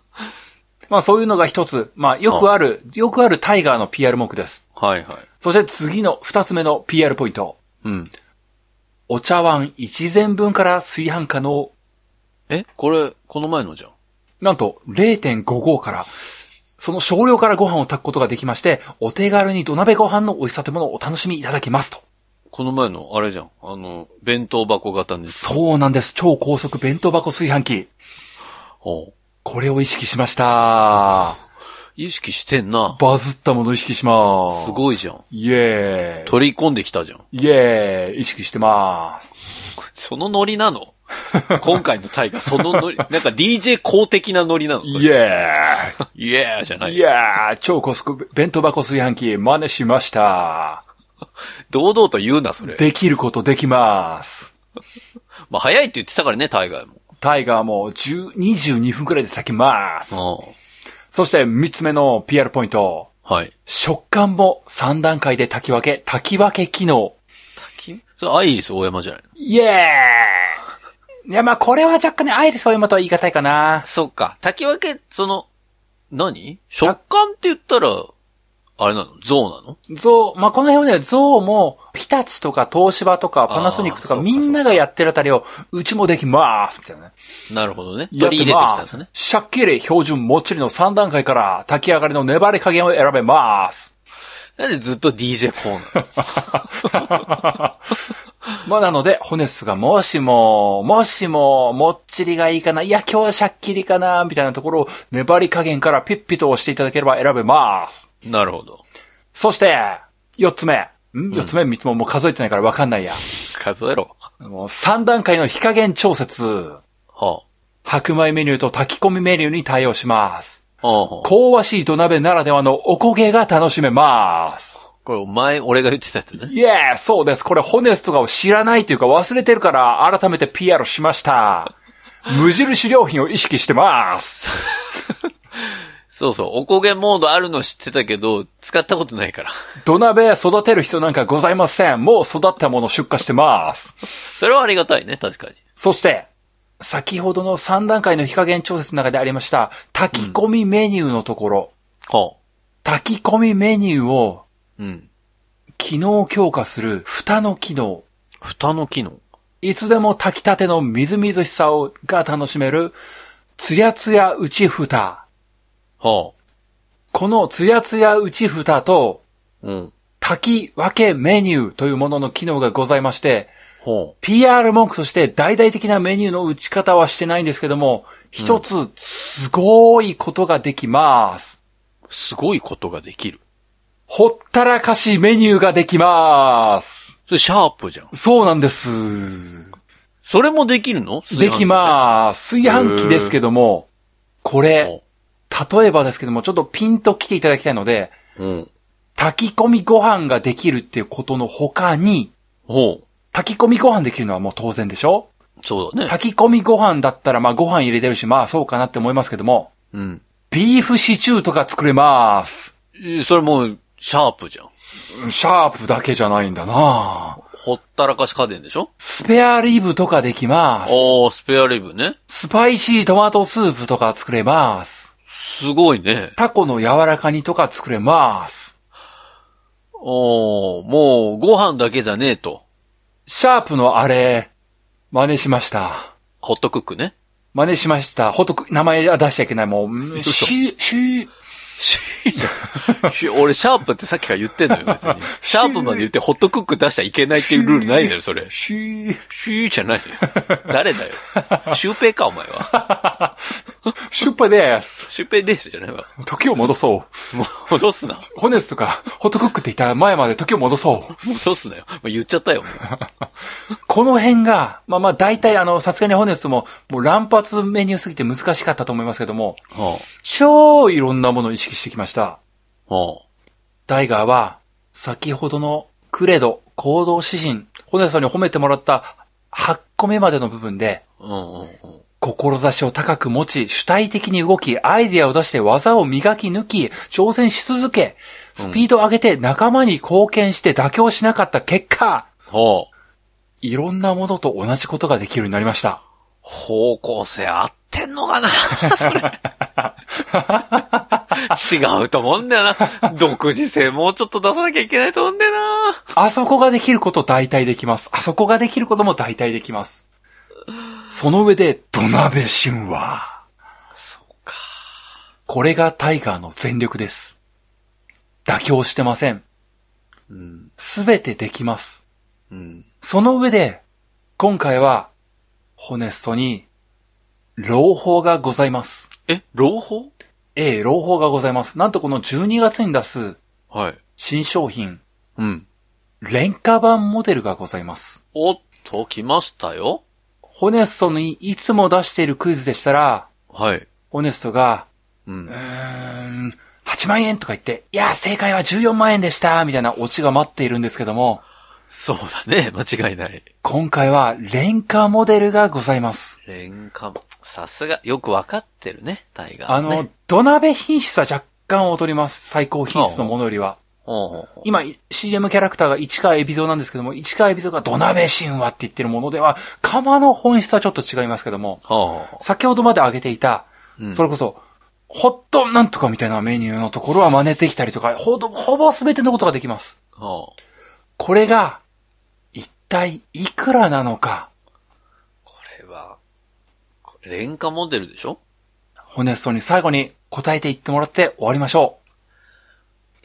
まあそういうのが一つ、まあよくある、よくあるタイガーの PR 文句です。はいはい。そして次の二つ目の PR ポイント。うん。お茶碗一膳分から炊飯可能。えこれ、この前のじゃん。なんと0.55から、その少量からご飯を炊くことができまして、お手軽に土鍋ご飯の美味しさというものをお楽しみいただけますと。この前の、あれじゃん。あの、弁当箱型に。そうなんです。超高速弁当箱炊飯器。ほう。これを意識しました。意識してんな。バズったものを意識します。すい。ごいじゃん。イエー取り込んできたじゃん。イ。イエーイ。意識してます。そのノリな の今回のタイがそのノリ、なんか DJ 公的なノリなのこれイエイエーじゃなーイ。いイ。エーイ。超高速弁当箱炊飯器真似しました。堂々と言うな、それ。できることできます。まあ、早いって言ってたからね、タイガーも。タイガーも10 22分くらいで炊きます。そして3つ目の PR ポイント。はい。食感も3段階で炊き分け、炊き分け機能。滝それ、アイリス大山じゃないのイエーイいや、まあこれは若干ね、アイリスオヤマとは言い難いかな。そっか。滝分け、その、何食感って言ったら、あれなの象なのゾウ、まあこの辺はね、ゾウも、日立とか東芝とかパナソニックとかあーみんながやってるあたりを、うちもできますみたいなね。なるほどね。取やっりて入れてきまたんですすね。しゃっきり標準もっちりの3段階から、炊き上がりの粘り加減を選べます。なんでずっと DJ コーナーまあなので、ホネスがもしも、もしも、もっちりがいいかな、いや今日はシャッキリかな、みたいなところを粘り加減からピッピと押していただければ選べます。 なるほど。そして、四つ目。ん四つ目、三つももう数えてないからわかんないや。数えろ。もう三段階の火加減調節。は白米メニューと炊き込みメニューに対応します。あ。はあはあ、香ばしい土鍋ならではのおこげが楽しめます。これ、お前、俺が言ってたやつね。イエーイそうです。これ、ホネスとかを知らないというか忘れてるから、改めて PR しました。無印良品を意識してます。そうそう。おこげモードあるの知ってたけど、使ったことないから。土鍋育てる人なんかございません。もう育ったもの出荷してます。それはありがたいね、確かに。そして、先ほどの3段階の火加減調節の中でありました、炊き込みメニューのところ、ほ炊き込みメニューをう。うん。機能強化する蓋の機能。蓋の機能。いつでも炊きたてのみずみずしさをが楽しめる、つやつや内蓋。ほこのつやつや内蓋と、う。うん。炊き分けメニューというものの機能がございまして、ほ PR 文句として大々的なメニューの打ち方はしてないんですけども、一つ、すごいことができます。う。すごいことができる。ほったらかしメニューができます。それシャープじゃん。そうなんです。それもできるのできます。炊飯器ですけども、こすれ、例えばですけども、ちょっとピンと来ていただきたいので、うん。炊き込みご飯ができるっていうことの他に、ほう。炊き込みご飯できるのはもう当然でしょそうだね。炊き込みご飯だったら、まあご飯入れてるし、まあそうかなって思いますけども、うん。ビーフシチューとか作れます。えそれもう、シャープじゃん。シャープだけじゃないんだなほったらかし家電でしょスペアリブとかできます。おー、スペアリブね。スパイシートマトスープとか作れます。すごいね。タコの柔らか煮とか作れます。おー、もう、ご飯だけじゃねえと。シャープのあれ、真似しました。ホットクック ね。真似しました。ほっとく、名前は出しちゃいけない。もう、嘘し、し、シーじゃんシー俺、シャープってさっきから言ってんのよ、 別に。シャープまで言ってホットクック出しちゃいけないっていうルールないんだよ、それ。し、シーじゃないよ。誰だ よ。シュウペイか、お前は。シュッパです。シュウペイですじゃないわ。時を戻そう。もう、戻すな。ホネスとか、ホットクックって言った前まで時を戻そう。戻すなよ。もう言っちゃったよ。もこの辺が、まあまあ大体あの、さすがにホネスも、もう乱発メニューすぎて難しかったと思いますけども、うは超いろんなものを意識してきました。あ、はダイガーは、先ほどのクレド、行動指針、ホネスさんに褒めてもらった8個目までの部分で、あ、うんうんうん。志を高く持ち、主体的に動き、アイデアを出して技を磨き抜き、挑戦し続け、スピードを上げて仲間に貢献して妥協しなかった結果、はあ、いろんなものと同じことができるようになりました。方向性合ってんのかな それ。違うと思うんだよな。独自性もうちょっと出さなきゃいけないと思うんだよな。あそこができること大体できます。あそこができることも大体できます。その上で、土鍋神話。そうか。これがタイガーの全力です。妥協してません。うん、すべてできます。うん。その上で、今回は、ホネストに、朗報がございます。え、朗報ええ、朗報がございます。なんとこの12月に出すはい。新商品、うん。廉価版モデルがございます。おっと、来ましたよ。ホネストにいつも出しているクイズでしたら、はい。ホネストが、う。うんーん、8万円とか言って、いや、正解は14万円でした、みたいなオチが待っているんですけども、そうだね。間違いない。今回は廉価モデルがございます。廉価、さすが、よくわかってるね、タイガー、ね。あの、土鍋品質は若干劣ります。最高品質のものよりは。ほうほうほう、今、CM キャラクターが市川海老蔵なんですけども、市川海老蔵が土鍋神話って言ってるものでは、釜の本質はちょっと違いますけども、ほうほ先ほどまで挙げていた、ううんそれこそ、ホットなんとかみたいなメニューのところは真似てきたりとか、ほぼ、ほぼ全てのことができます。ほうこれが、一体いくらなのか、これは、これ廉価モデルでしょホネストに最後に答えていってもらって終わりましょ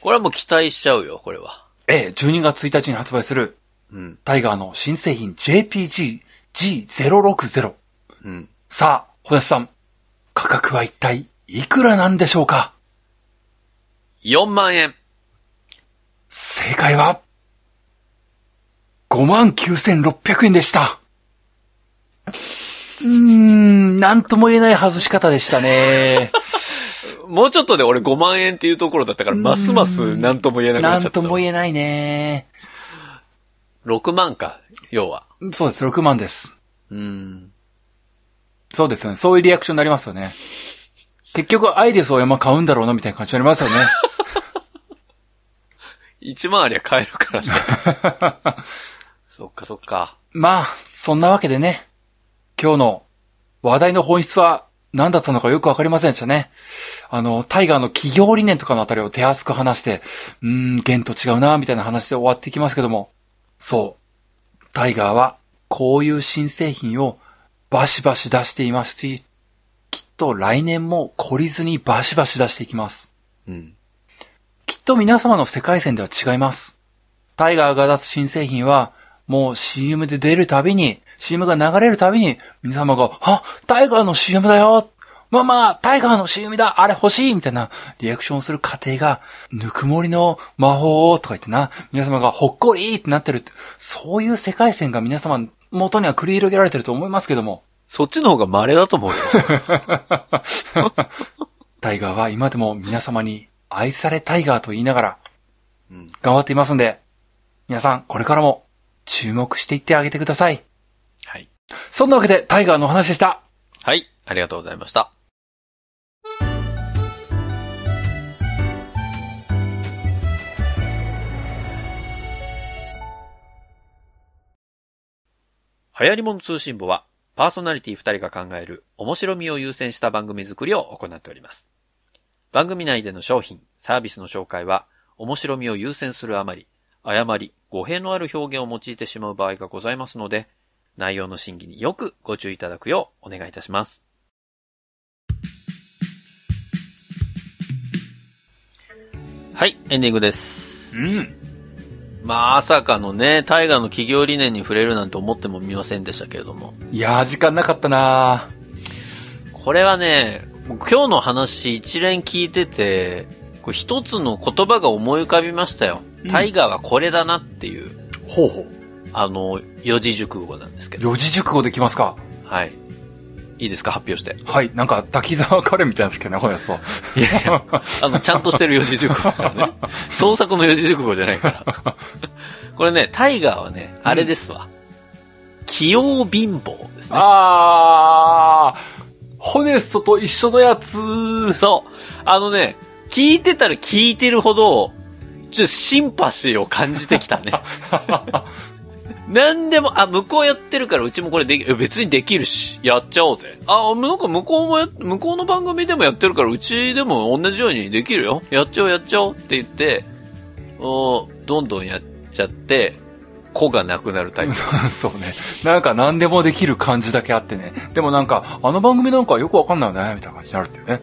これはもう期待しちゃうよ、これは。う。ええ、12月1日に発売する、うん。タイガーの新製品 JPG-G060。うん。さあ、ホネスさん、価格は一体いくらなんでしょうか4万円。正解は、59,600円でした。うーん、なんとも言えない外し方でしたね。もうちょっとで俺5万円っていうところだったから、ますますなんとも言えなくな なっちゃんった。とも言えないね。 6万か、要は。そうです、6万です。うん。そうですよね。そういうリアクションになりますよね。結局、アイリスを山買うんだろうな、みたいな感じになりますよね。一万ありゃ買えるからね。 そっかそっか。まあ、そんなわけでね、今日の話題の本質は何だったのかよくわかりませんでしたね。あの、タイガーの企業理念とかのあたりを手厚く話して、うーん、弦と違うな、みたいな話で終わってきますけども、そう。タイガーは、こういう新製品をバシバシ出していますし、きっと来年も懲りずにバシバシ出していきます。うん。きっと皆様の世界線では違います。タイガーが出す新製品は、もう CM で出るたびに、CM が流れるたびに、皆様が、あ、タイガーの CM だよママ、タイガーの CM だあれ欲しいみたいな、リアクションする過程が、ぬくもりの魔法をとか言ってな、皆様がほっこりってなってるってそういう世界線が皆様の元には繰り広げられてると思いますけども、そっちの方が稀だと思うよ。タイガーは今でも皆様に愛されタイガーと言いながらうん、頑張っていますんで、皆さんこれからも注目していってあげてください。はい。そんなわけでタイガーのお話でした。はい。ありがとうございました。流行り物通信簿は、パーソナリティ2人が考える面白みを優先した番組作りを行っております。番組内での商品、サービスの紹介は、面白みを優先するあまり、誤り、語弊のある表現を用いてしまう場合がございますので、内容の審議によくご注意いただくようお願いいたします。はい、エンディングです。うん。まあ、朝かのね、タイガーの企業理念に触れるなんて思ってもみませんでしたけれども。いやー時間なかったなこれはね、もう今日の話一連聞いてて、こう一つの言葉が思い浮かびましたよ。うんタイガーはこれだなっていう、ーほうほう。あの、四字熟語なんですけど。四字熟語できますかはい。いいですか発表して。 はい、なんか滝沢カレンみたいなんですけどね、ほや そう。いやいや、あの、ちゃんとしてる四字熟語だから ね。創作の四字熟語じゃないから。これね、タイガーはね、あれですわ。器用貧乏ですね。あー、ホネストと一緒のやつ そう。あのね、聞いてたら聞いてるほど、ちょっとシンパシーを感じてきたね。なんでも、あ、向こうやってるからうちもこれでき、え別にできるし、やっちゃおうぜ。あ、なんか向こうもや、向こうの番組でもやってるからうちでも同じようにできるよ。やっちゃおうやっちゃおうって言って、おどんどんやっちゃって、子がなくなるタイ プ。そうね。なんか何でもできる感じだけあってね。でもなんか、あの番組なんかよくわかんないよね、みたいな感じになるっていうね。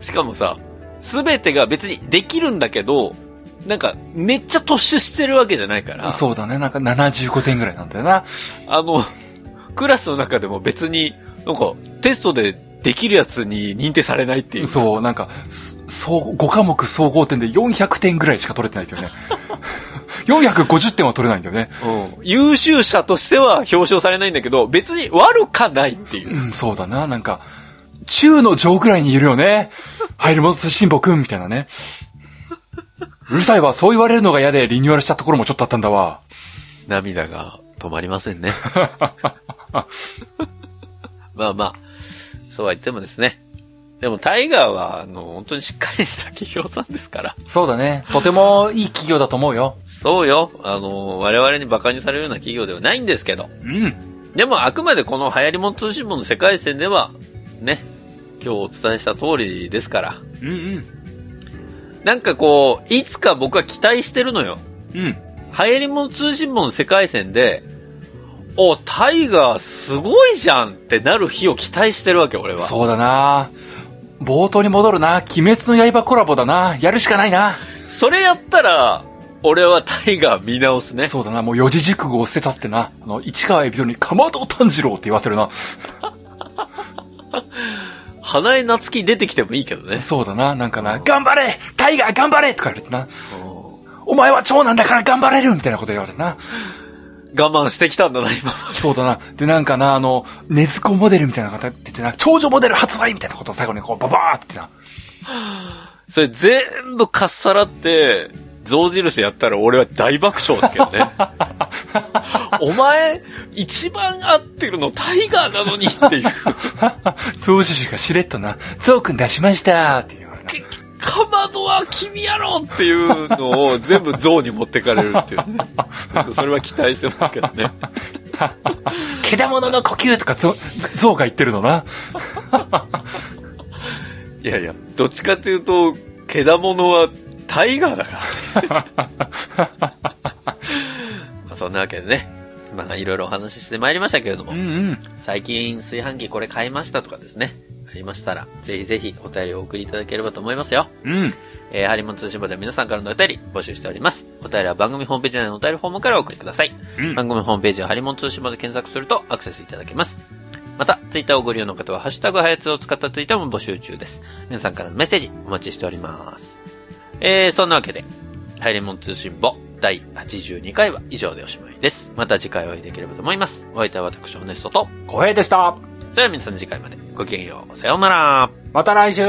しかもさ、すべてが別にできるんだけど、なんか、めっちゃ突出してるわけじゃないから。そうだね。なんか75点ぐらいなんだよな。あの、クラスの中でも別に、なんか、テストでできるやつに認定されないっていう。そう、なんか、すそう、5科目総合点で400点ぐらいしか取れてないんだよね。450点は取れないんだよね。うん優秀者としては表彰されないんだけど、別に悪かないっていうう。ん、そうだな。なんか、中の上ぐらいにいるよね。入るも通信簿くん、みたいなね。うるさいわ、そう言われるのが嫌でリニューアルしたところもちょっとあったんだわ。涙が止まりませんね。 まあまあ、そうは言ってもですね。でもタイガーは、あの、本当にしっかりした企業さんですから。そうだね。とてもいい企業だと思うよ。そうよ。あの、我々に馬鹿にされるような企業ではないんですけど。うん。でもあくまでこの流行り物通信簿の世界線では、ね、今日お伝えした通りですから。うんうん。なんかこう、いつか僕は期待してるのよ。うん。流行り物通信簿の世界線で、お、タイガーすごいじゃんってなる日を期待してるわけ、俺は。そうだな冒頭に戻るな鬼滅の刃コラボだなやるしかないな、それやったら、俺はタイガー見直すね。そうだなもう四字熟語を捨てたってな。あの、市川海老蔵にかまど炭治郎って言わせるな。花江夏樹出てきてもいいけどね。そうだななんかな、頑張れタイガー頑張れとか言われてな。うんお前は長男だから頑張れるみたいなこと言われてな。我慢してきたんだな、今まで。そうだな。で、なんかな、あの、ねずこモデルみたいな方って言ってな、長女モデル発売みたいなことを最後にこう、ババーって言ってな。それ全部かっさらって、象印やったら俺は大爆笑だけどね。お前、一番合ってるのタイガーなのにっていう。掃除士がしれっとな、ゾウくん出しましたって言われな。かまどは君やろっていうのを全部象に持ってかれるっていうね。ちょっとそれは期待してますけどね。けだものの呼吸とかゾ、ゾウが言ってるのな。いやいや、どっちかっていうと、けだものはタイガーだからね。まあそんなわけでね、まあいろいろお話ししてまいりましたけれども、うん最近炊飯器これ買いましたとかですね、ありましたら、ぜひぜひお便りをお送りいただければと思いますよ。うん。うん。えー、ハリモン通信簿では皆さんからのお便り募集しております。お便りは番組ホームページ内のお便りフォームからお送りください。うん番組ホームページはハリモン通信簿で検索するとアクセスいただけます。また、ツイッターをご利用の方は、ハッシュタグハヤツを使ったツイートも募集中です。皆さんからのメッセージお待ちしております。えー、そんなわけで、ハイレモン通信簿第82回は以上でおしまいです。また次回お会いできればと思います。お相手は私、オネストと、小平でした。それでは皆さん次回までごきげんよう。さようなら。また来週